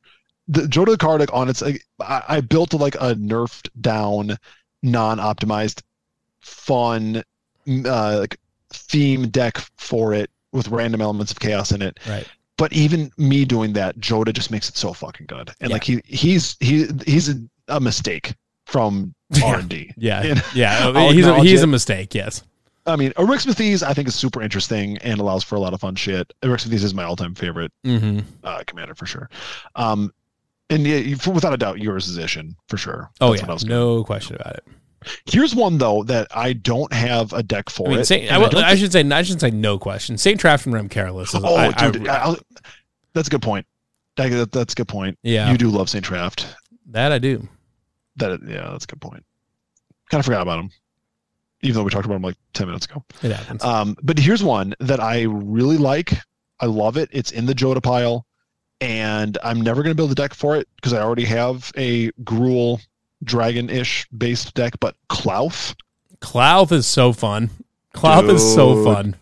The Joda card like, on its like, I, I built like a nerfed down, non-optimized, fun, mm, uh, like theme deck for it with random elements of chaos in it.
Right.
But even me doing that, Joda just makes it so fucking good. And like he he's he he's a, a mistake from
Yeah.
R and D.
Yeah,
And
yeah.
I'll
he's a,
acknowledge
he's a
it.
mistake. Yes.
I mean, Erixmathes I think is super interesting and allows for a lot of fun shit. Erixmathes is my all-time favorite
Mm-hmm.
uh, commander for sure. Um, and yeah, you- for, without a doubt, yours is Ishin for sure.
Oh
That's what I was
yeah,
gonna-
no question about it.
Here's one though that I don't have a deck for
I mean,
it.
Saint,
and
I, uh,
I
would-
don't
I should say I should say no question. Saint Trafton Rim Careless. Is,
think- oh,
I- I-
dude, I, will that's a good point. That- that- that's a good point.
yeah,
You do love Saint Draft.
that I do.
That yeah, that's a good point. Kind of forgot about him, even though we talked about him like ten minutes ago.
It happens.
Um, but here's one that I really like. I love it. It's in the Joda pile, and I'm never going to build a deck for it because I already have a Gruul dragon ish based deck. But Clouth,
Clouth is so fun. Clouth is so
Dude.
fun.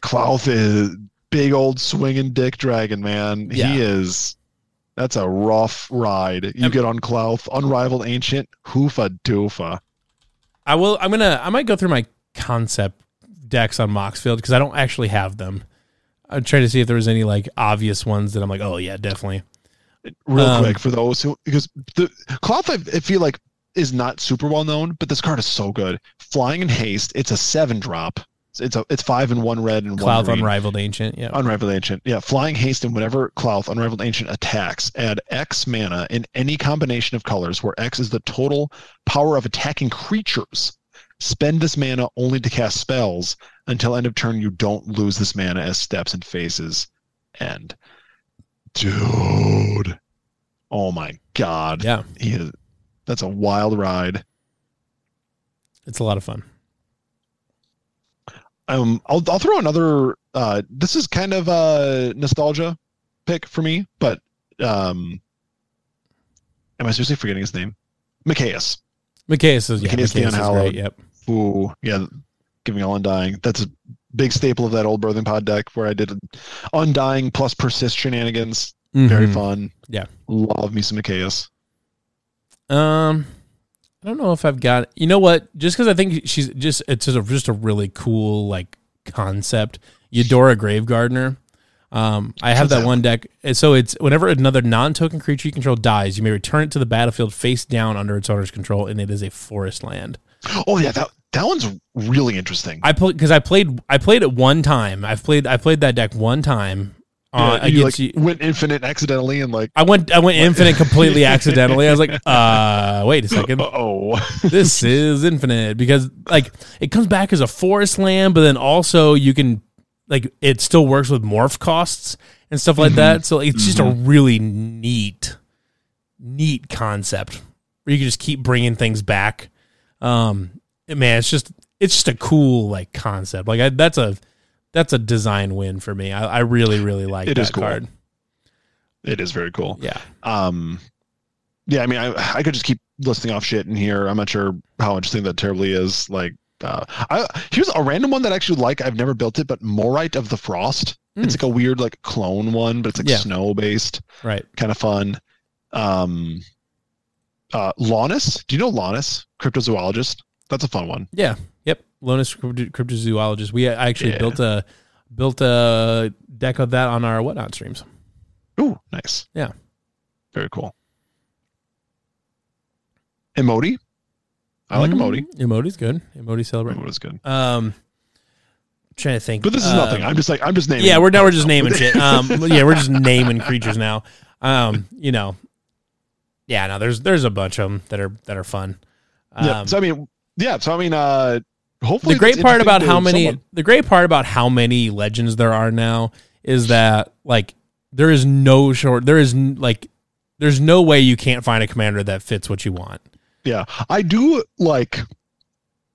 Clouth is big old swinging dick dragon, man.
Yeah.
He is. That's a rough ride. You
Um,
get on Clouth, unrivaled ancient, hoofa doofa.
I will. I'm gonna. I might go through my concept decks on Moxfield because I don't actually have them. I'm trying to see if there was any like obvious ones that I'm like, oh yeah, definitely.
real
Um,
quick for those who because the cloth I, I feel like is not super well known, but this card is so good. Flying in haste. It's a seven drop. It's- It's a it's five and one red and
Cloud
one green. Uh,
Unrivaled Ancient. Yeah.
Unrivaled Ancient. Yeah, flying haste and whenever Clouth Unrivaled Ancient attacks, add X mana in any combination of colors where X is the total power of attacking creatures. Spend this mana only to cast spells until end of turn. You don't lose this mana as steps and phases end. Dude, oh my god,
Yeah.
he is. That's a wild ride.
It's a lot of fun.
um I'll, I'll throw another uh this is kind of a nostalgia pick for me but um am i seriously forgetting his name Micaeus.
Micaeus is, yeah,
Micaeus the
Micaeus is
Unhallowed.
great. Yep.
Ooh, yeah giving all undying that's a big staple of that old birthing pod deck where i did undying plus persist shenanigans very
Mhm.
fun
Yeah.
love me some Micaeus.
Um, I don't know if I've got. You know what? Just because I think she's just it's just a, just a really cool like concept. Eudora Gravegardener. Um, I have
What's
that
that?
one deck. and So it's whenever another non-token creature you control dies, you may return it to the battlefield face down under its owner's control, and it is a forest land.
oh yeah that that one's really interesting
I played because I played I played it one time. I've played I played that deck one time. Uh,
Yeah, you
against you-
like went infinite accidentally and like
I went I went infinite completely accidentally. I was like, uh, wait a second.
oh
this is infinite because like it comes back as a forest land, but then also you can like it still works with morph costs and stuff like that. So it's just a
Mm-hmm.
really neat, neat concept where you can just keep bringing things back. Um, and man, it's just it's just a cool like concept. Like I, that's a that's a design win for me. I, I really really like
It
that
is cool.
card.
it is very cool
Yeah,
um yeah i mean i i could just keep listing off shit in here i'm not sure how interesting that terribly is like uh i here's a random one that I actually like i've never built it but morite of the frost
Hmm.
it's like a weird like clone one but it's like
Yeah.
snow based
right.
kind of fun um uh Lannis. do you know Lannis? cryptozoologist that's a fun one
Yeah. Yep. Lonus crypto- cryptozoologist. We uh, I actually
Yeah.
built a built a deck of that on our whatnot streams.
Ooh, nice
Yeah.
very cool emoti i like emoti
Mm, Emoti's good. Emoti's celebrate.
emoti's good
Um, trying to think.
but this is
Uh,
nothing i'm just like i'm just naming
yeah, we're now we're just naming shit. Um, yeah, we're just naming creatures now. Um, you know, yeah. No, there's there's a bunch of them that are that are fun. Um,
yeah. So I mean, yeah. So I mean, uh, hopefully
the great
it's
part
interesting
about
to
how many
someone.
the great part about how many legends there are now is that like there is no short there is n- like there's no way you can't find a commander that fits what you want.
Yeah, I do like.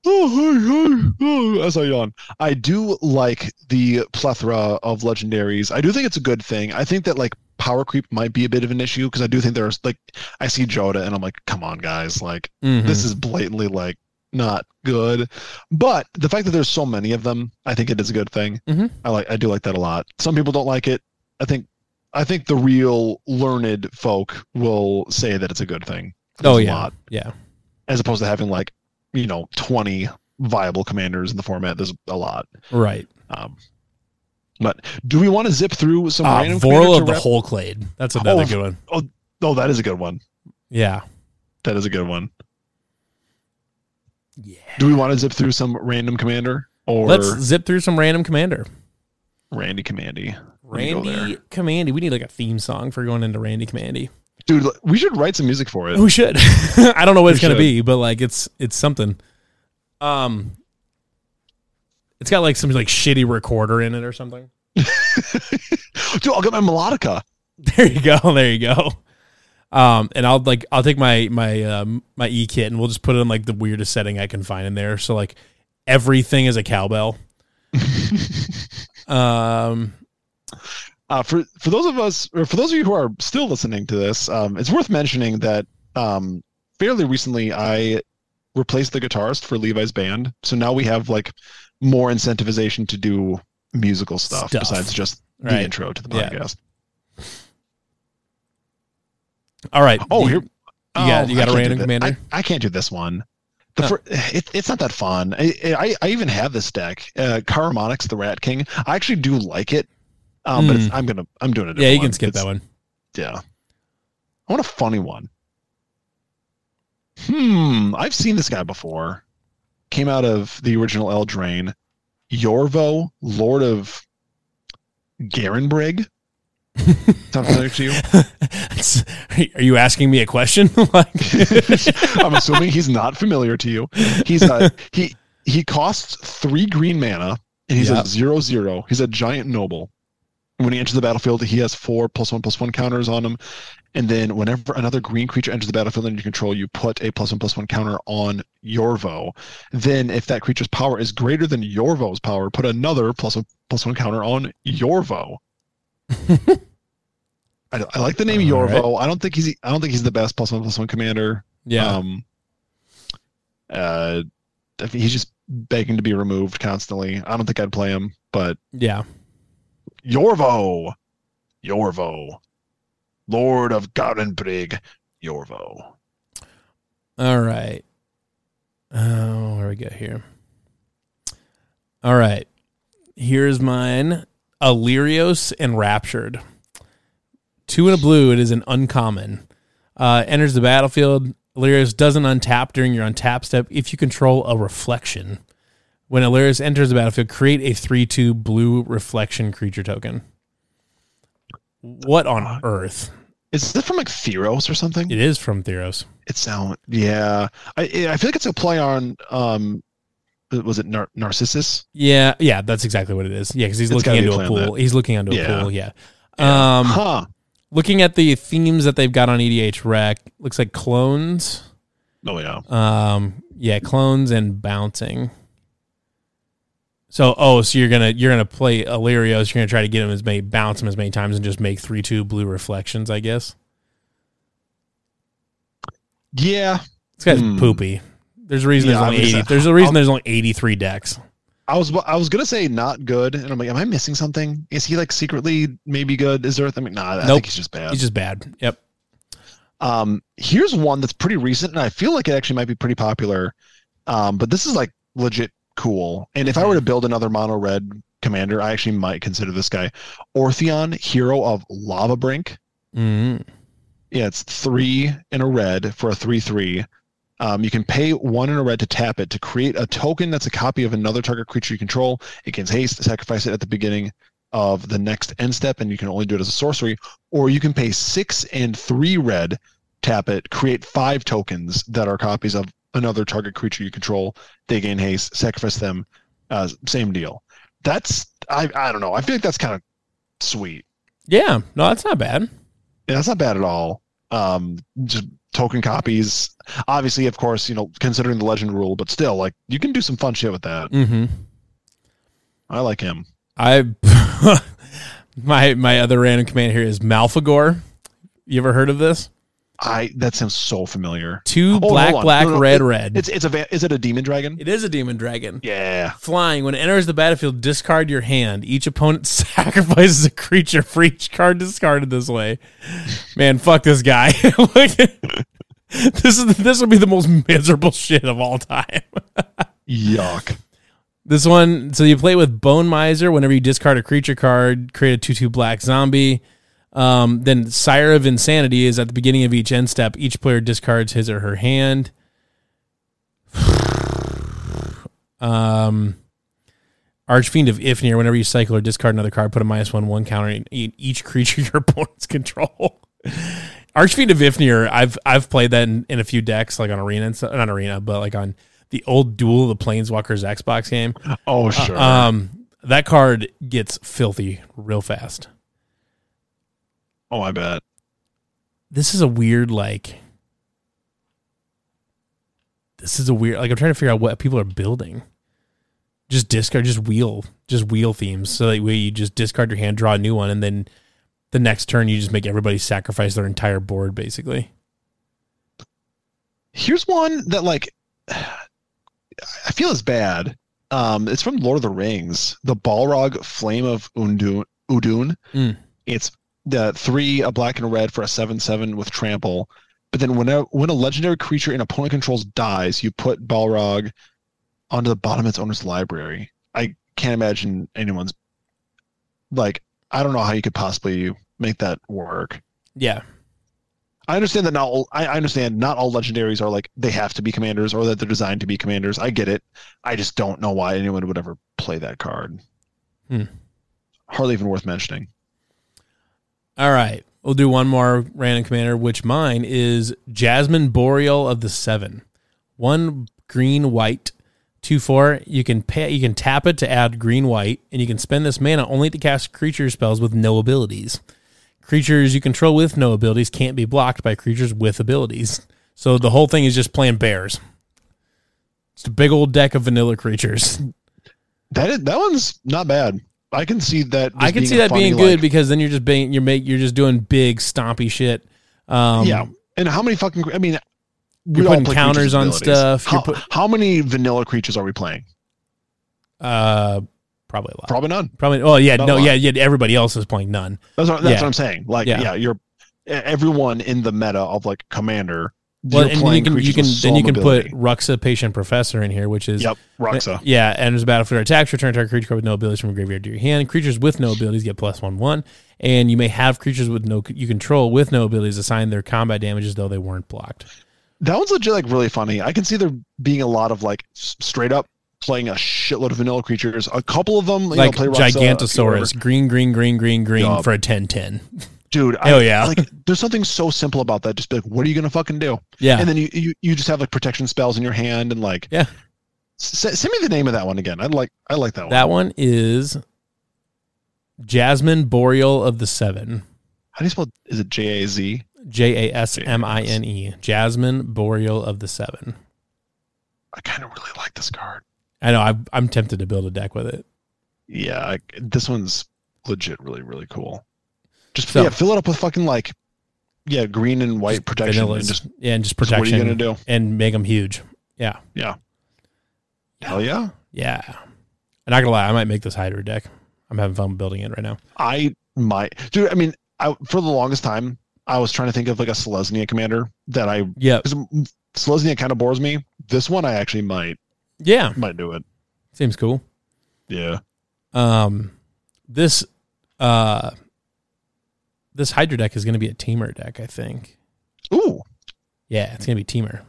Oh, hey, hey, oh, as I yawn, I do like the plethora of legendaries. I do think it's a good thing. I think that like power creep might be a bit of an issue because I do think there's like I see Joda and I'm like, come on, guys, like
Hmm.
this is blatantly like not good but the fact that there's so many of them i think it is a good thing
Mhm.
i like i do like that a lot some people don't like it i think i think the real learned folk will say that it's a good thing
oh
There's a
yeah,
lot,
yeah,
as opposed to having like you know 20 viable commanders in the format there's a lot
right.
um but do we want to zip through some
Uh,
random commander
Voral
to
of the
wrap-
whole clade. That's another
Oh.
good one.
oh that is a good one
Yeah,
that is a good one
yeah.
do we want to zip through some random commander or
Let's zip through some random commander.
randy commandy Let me go
Randy Commandy. We need like a theme song for going into Randy Commandy.
Dude, l- we should write some music for it.
We should. I don't know what
We
it's gonna
should.
be, but like it's it's something. Um, it's got like some like shitty recorder in it or something.
Dude, I'll get my melodica.
There you go. There you go. Um, and I'll like I'll take my my um, my e kit and we'll just put it in like the weirdest setting I can find in there. So like everything is a cowbell. um,
Uh, for for those of us, or for those of you who are still listening to this, um, it's worth mentioning that um, fairly recently I replaced the guitarist for Levi's band, so now we have like more incentivization to do musical stuff,
Stuff.
besides just the
Right.
intro to the
Yeah.
podcast.
all right.
Oh,
The-
here
You got- you
I
got a
can't do
random
thi-
commander?
I, I can't do this one. The
Huh.
fir- it, it's not that fun. I, I I even have this deck, uh, Karamonix the Rat King. I actually do like it, um, but it's, I'm gonna I'm doing it.
Hmm. yeah, you can skip that one.
Yeah, I want a funny one. Hmm, I've seen this guy before. Came out of the original Eldraine. Yorvo, Lord of Garenbrig. Sound familiar to you?
It's- Are you asking me a question? like,
I'm assuming he's not familiar to you. He's a he he costs three green mana and he's
Yep.
a zero zero. He's a giant noble. When he enters the battlefield, he has four plus one plus one counters on him. And then whenever another green creature enters the battlefield under your control, you put a plus one plus one counter on Yorvo. Then if that creature's power is greater than Yorvo's power, put another plus one plus one counter on Yorvo. I, I like the name
All right.
Yorvo. I don't think he's I don't think he's the best plus one plus one commander.
yeah.
Um, uh, I think he's just begging to be removed constantly. I don't think I'd play him, but
yeah.
Yorvo, Yorvo, Lord of Garenbrig, Yorvo.
All right. Oh, where we go here? All right. Here's mine Illyrios Enraptured. Two in a blue. It is an uncommon. Uh, enters the battlefield. Illyrios doesn't untap during your untap step if you control a reflection. When Illyrios enters the battlefield, create a 3 2 blue reflection creature token. What on earth?
Is this from like Theros or something?
It is from Theros.
It sound yeah. I I feel like it's a play on um, was it Nar- Narcissus?
Yeah, yeah, that's exactly what it is. Yeah, because he's
It's
looking
gotta be
into a
planned
pool. He's looking into a
Yeah.
pool. Yeah.
Yeah.
Um,
huh.
looking at the themes that they've got on EDH Rec, looks like clones.
Oh yeah.
Um, yeah, clones and bouncing. So, oh, so you're gonna you're gonna play Illyrios. You're gonna try to get him as many bounce him as many times and just make three two blue reflections. I guess
Yeah.
this guy's
Hmm.
poopy. There's a reason
Yeah,
there's only
I'm gonna
eighty.
say-
There's a reason there's only eighty three decks.
I was I was gonna say not good, and I'm like, am I missing something? Is he like secretly maybe good? Is there? a- I mean, nah.
Nope.
I think he's just bad.
He's just bad. Yep.
Um, here's one that's pretty recent, and I feel like it actually might be pretty popular. Um, but this is like legit cool. And if I were to build another mono red commander, I actually might consider this guy Ortheon, hero of Lava Brink.
Mm.
Yeah, it's three in a red for a three three. Um, you can pay one in a red to tap it to create a token that's a copy of another target creature you control. It gains haste, sacrifice it at the beginning of the next end step, and you can only do it as a sorcery. Or you can pay six and three red, tap it, create five tokens that are copies of another target creature you control. They gain haste, sacrifice them. Uh, same deal. That's I I don't know. I feel like that's kind of sweet.
Yeah. No, that's not bad.
Yeah, that's not bad at all. Um, just token copies. Obviously, of course, you know, considering the legend rule, but still, like, you can do some fun shit with that.
Mm-hmm.
I like him.
I my my other random command here is Malfagor. You ever heard of this?
I that sounds so familiar.
Two
hold
black,
on.
black,
No, no,
red, red.
It's it's a va- is it a demon dragon?
It is a demon dragon.
Yeah,
Flying. When it enters the battlefield, discard your hand. Each opponent sacrifices a creature for each card discarded this way. Man, fuck this guy. Like, this is this will be the most miserable shit of all time.
yuck.
This one, so you play with Bone Miser whenever you discard a creature card, create a 2 2 black zombie. Um, then Sire of Insanity is at the beginning of each end step. Each player discards his or her hand. um, Archfiend of Ifnir, whenever you cycle or discard another card, put a minus 1 1 counter in e- each creature your opponents control. Archfiend of Ifnir, I've I've played that in, in a few decks, like on Arena and stuff, not Arena, but like on the old Duel of the Planeswalkers Xbox game.
Oh sure.
Um, that card gets filthy real fast.
oh, I bet.
This is a weird like. This is a weird like I'm trying to figure out what people are building. Just discard, just wheel, just wheel themes. So that way you just discard your hand, draw a new one, and then the next turn you just make everybody sacrifice their entire board basically.
Here's one that like I feel is bad. Um, it's from Lord of the Rings, the Balrog Flame of Undun. Udun.
Mm.
It's the three a black and a red for a seven seven with trample. But then when a, when a legendary creature an opponent controls dies, you put Balrog onto the bottom of its owner's library. I can't imagine anyone's like I don't know how you could possibly make that work.
Yeah.
I understand that not all I I understand not all legendaries are like they have to be commanders or that they're designed to be commanders. I get it. I just don't know why anyone would ever play that card.
Hmm.
Hardly even worth mentioning.
All right. We'll do one more random commander, which mine is Jasmine Boreal of the Seven. One green white, two four. You can pay, you can tap it to add green white, and you can spend this mana only to cast creature spells with no abilities. Creatures you control with no abilities can't be blocked by creatures with abilities. So the whole thing is just playing bears. It's a big old deck of vanilla creatures.
That is, that one's not bad. I can see that.
I
just
can see
a
that
funny,
being good
like-
because then you're just being you're make you're just doing big stompy shit. Um,
yeah. And how many fucking? I mean, we
You're
all
putting
play
counters
creatures'
on
abilities.
stuff, you're
How,
put-
how many vanilla creatures are we playing?
Uh, probably a lot.
Probably none.
Probably. Oh yeah,
Not a
no,
lot.
yeah, yeah. Everybody else is playing none.
That's what, that's
Yeah.
what I'm saying. Like,
Yeah.
yeah. you're e-, everyone in the meta of like commander.
Well,
you're
and you
playing
can you
creatures
can
with
then you
some
can
ability.
put Ruxa Patient Professor in here, which is eh,
Yep, Roxa.
Yeah, enters the battlefield or attacks. Return target creature card with no abilities from your graveyard to your hand. Creatures with no abilities get plus one one, and you may have creatures with no you control with no abilities assigned their combat damage as though they weren't blocked.
That one's legit, like really funny. I can see there being a lot of like s- straight up playing a shitload of vanilla creatures. A couple of them, you
like
know, play Roxa,
Gigantosaurus, green, green, green, green, green
Yup.
for a 10-10.
dude. I,
Hell Oh, yeah,
like, there's something so simple about that. Just be like, what are you gonna fucking do?
yeah.
And then you, you you just have like protection spells in your hand and like
Yeah.
S- send me the name of that one again. I like I like that one.
That one is Jasmine Boreal of the Seven.
How do you spell? Is it J A Z?
J A S M I N E. Jasmine Boreal of the Seven.
I kind of really like this card.
I know. I, I'm tempted to build a deck with it.
Yeah, I, this one's legit, really, really cool. Just
So-
yeah, fill it up with fucking like yeah, green and white protection.
Vanillas.
And just
yeah, and just
so
protection.
what are you gonna do?
And make them huge. Yeah.
Hell yeah!
Yeah. I'm not going to lie. I might make this Hydra deck. I'm having fun building it right now.
I might, dude. I mean, I, for the longest time, I was trying to think of like a Selesnya commander that I
Yep.
because Selesnya kind of bores me. This one I actually might
Yeah.
might do it.
Seems cool.
Yeah.
Um, this, uh, this Hydra deck is going to be a teamer deck, I think.
Ooh.
Yeah, it's gonna be Teamer.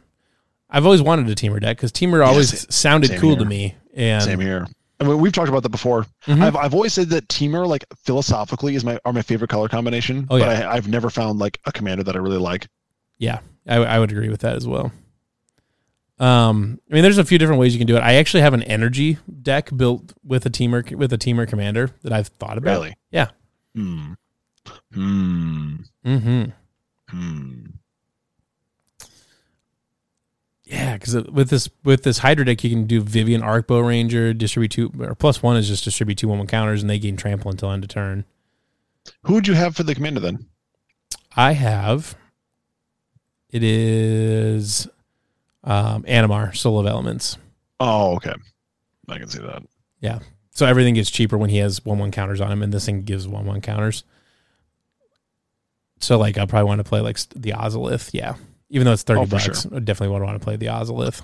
I've always wanted a Teamer deck because Teamer
Yeah,
always
sa-
sounded
same
cool to
here.
me. And
Same here. I mean, we've talked about that before.
Mhm.
I've, I've always said that teamer, like philosophically, is my are my favorite color combination.
Oh,
But I, I've never found like a commander that I really like.
I, I would agree with that as well. Um, I mean, there's a few different ways you can do it. I actually have an energy deck built with a Teamer with a Teamer commander that I've thought about.
Really?
Yeah.
Hmm. Hmm.
Mm-hmm.
Hmm.
Yeah, because with this with this Hydra deck, you can do Vivian Arcbow Ranger, distribute two or plus one is just distribute two one one counters, and they gain trample until end of turn.
Who would you have for the commander then?
I have. It is um, Animar, Soul of Elements.
Oh, okay. I can see that.
So everything gets cheaper when he has one one counters on him, and this thing gives one one counters. So like, I probably want to play like st- the Ozolith, yeah. Even though it's thirty
Oh, for
bucks, I definitely would want to play the Ozolith.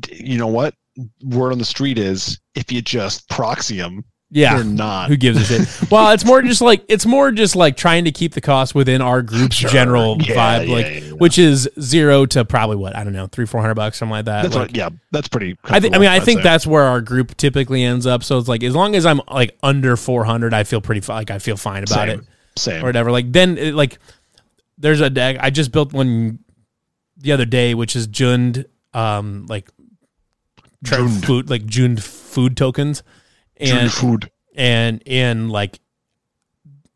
D- You know what? Word on the street is if you just proxy them,
Yeah,
they're not.
who gives a shit? well, it's more just like it's more just like trying to keep the cost within our group's
Sure.
general
Yeah,
vibe,
yeah,
like
yeah, yeah.
which is zero to probably what I don't know, three four hundred bucks, something like that.
that's
uh, Like,
what, yeah, that's pretty.
I think. I
comfortable,
mean, I
I'd
think
say.
that's where our group typically ends up. So it's like as long as I'm like under 400, I feel pretty fi- like I feel fine about it
Same. Same.
or whatever. Like then, it, like there's a deck I just built one the other day, which is Jund, um, like tra-
Jund.
food, like Jund food tokens,
June
and
food.
and and like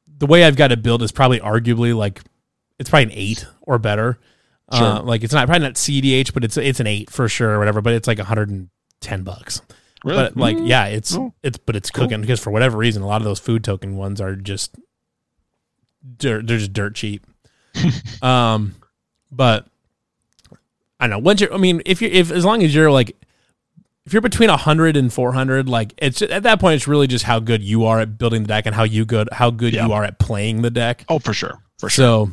the way I've got it built is probably arguably like it's probably an eight or better. Uh,
Sure.
like it's not probably not CDH, but it's it's an eight for sure or whatever. But it's like 110 bucks.
Really?
But like,
Mm.
yeah, it's
Cool.
it's but it's
Cool.
cooking because for whatever reason, a lot of those food token ones are just dirt. They're just dirt cheap. um, but I don't know. Once you're, I mean, if you're, if as long as you're like, if you're between 100 and 400, like it's at that point, it's really just how good you are at building the deck and how you good how good
Yeah.
you are at playing the deck.
Oh, for sure. For sure.
So,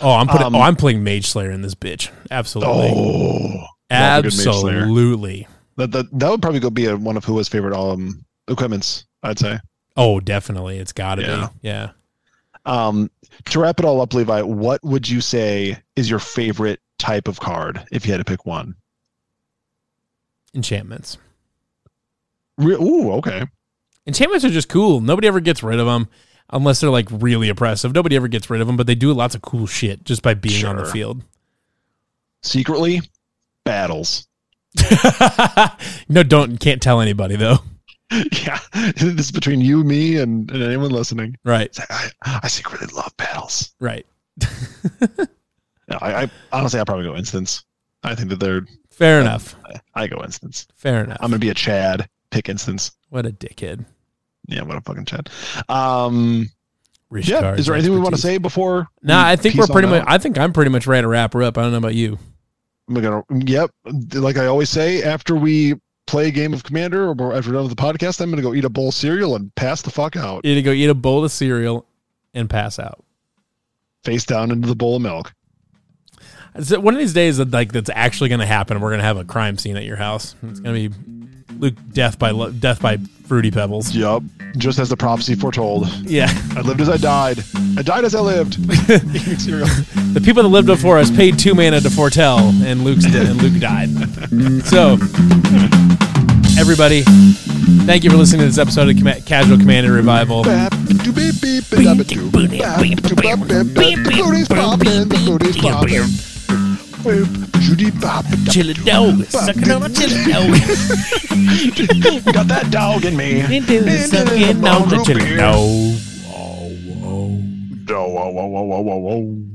oh, I'm putting,
Um,
oh, I'm playing Mage Slayer in this bitch. Absolutely,
Oh. love a good Mage Slayer.
absolutely.
That, that that would probably go be a, one of Hua's favorite um equipments. I'd say.
Oh, definitely, it's got to
Yeah.
be. Yeah.
Um, to wrap it all up, Levi, what would you say is your favorite type of card if you had to pick one?
Enchantments.
Re- Ooh, okay.
Enchantments are just cool. Nobody ever gets rid of them unless they're like really oppressive. Nobody ever gets rid of them, but they do lots of cool shit just by being on the
Sure.
field.
Secretly, battles.
no, don't can't tell anybody though.
yeah, this is between you, me, and, and anyone listening.
Right,
It's like, I, I secretly love battles.
right.
No, I, I honestly, I probably go instance. I think that they're.
Fair enough.
I go instance.
Fair enough.
I'm gonna be a Chad. Pick instance.
what a dickhead.
Yeah, what a fucking Chad. Um,
Rich
yeah.
Card's
Is there anything we want to
expertise.
say before?
No,
we
I think we're
peace on
pretty much.
out?
I think I'm pretty much ready to wrap her up. I don't know about you.
I'm gonna. Yep. Like I always say, after we play a game of Commander or after we're done with the podcast, I'm gonna go eat a bowl of cereal and pass the fuck out,
You need to go eat a bowl of cereal and pass out.
face down into the bowl of milk.
So one of these days, that like that's actually going to happen. We're going to have a crime scene at your house. It's going to be Luke death by lo- death by fruity pebbles.
Yep. Just as the prophecy foretold.
Yeah,
I lived as I died. I died as I lived. Eating cereal.
the people that lived before us paid two mana to foretell, and Luke's dead, and Luke died. So, everybody, thank you for listening to this episode of Com- Casual Commander Revival.
Bap, do beep, beep, bap, do, bap, do, bap, bap, bap, booties poppin', booties poppin'. Boop, judy bop, da-
Chili dog, sucking on a chili dog.
Got that dog in me.
Into the sucking on the chili dog.
Whoa, whoa, whoa, whoa, whoa, whoa.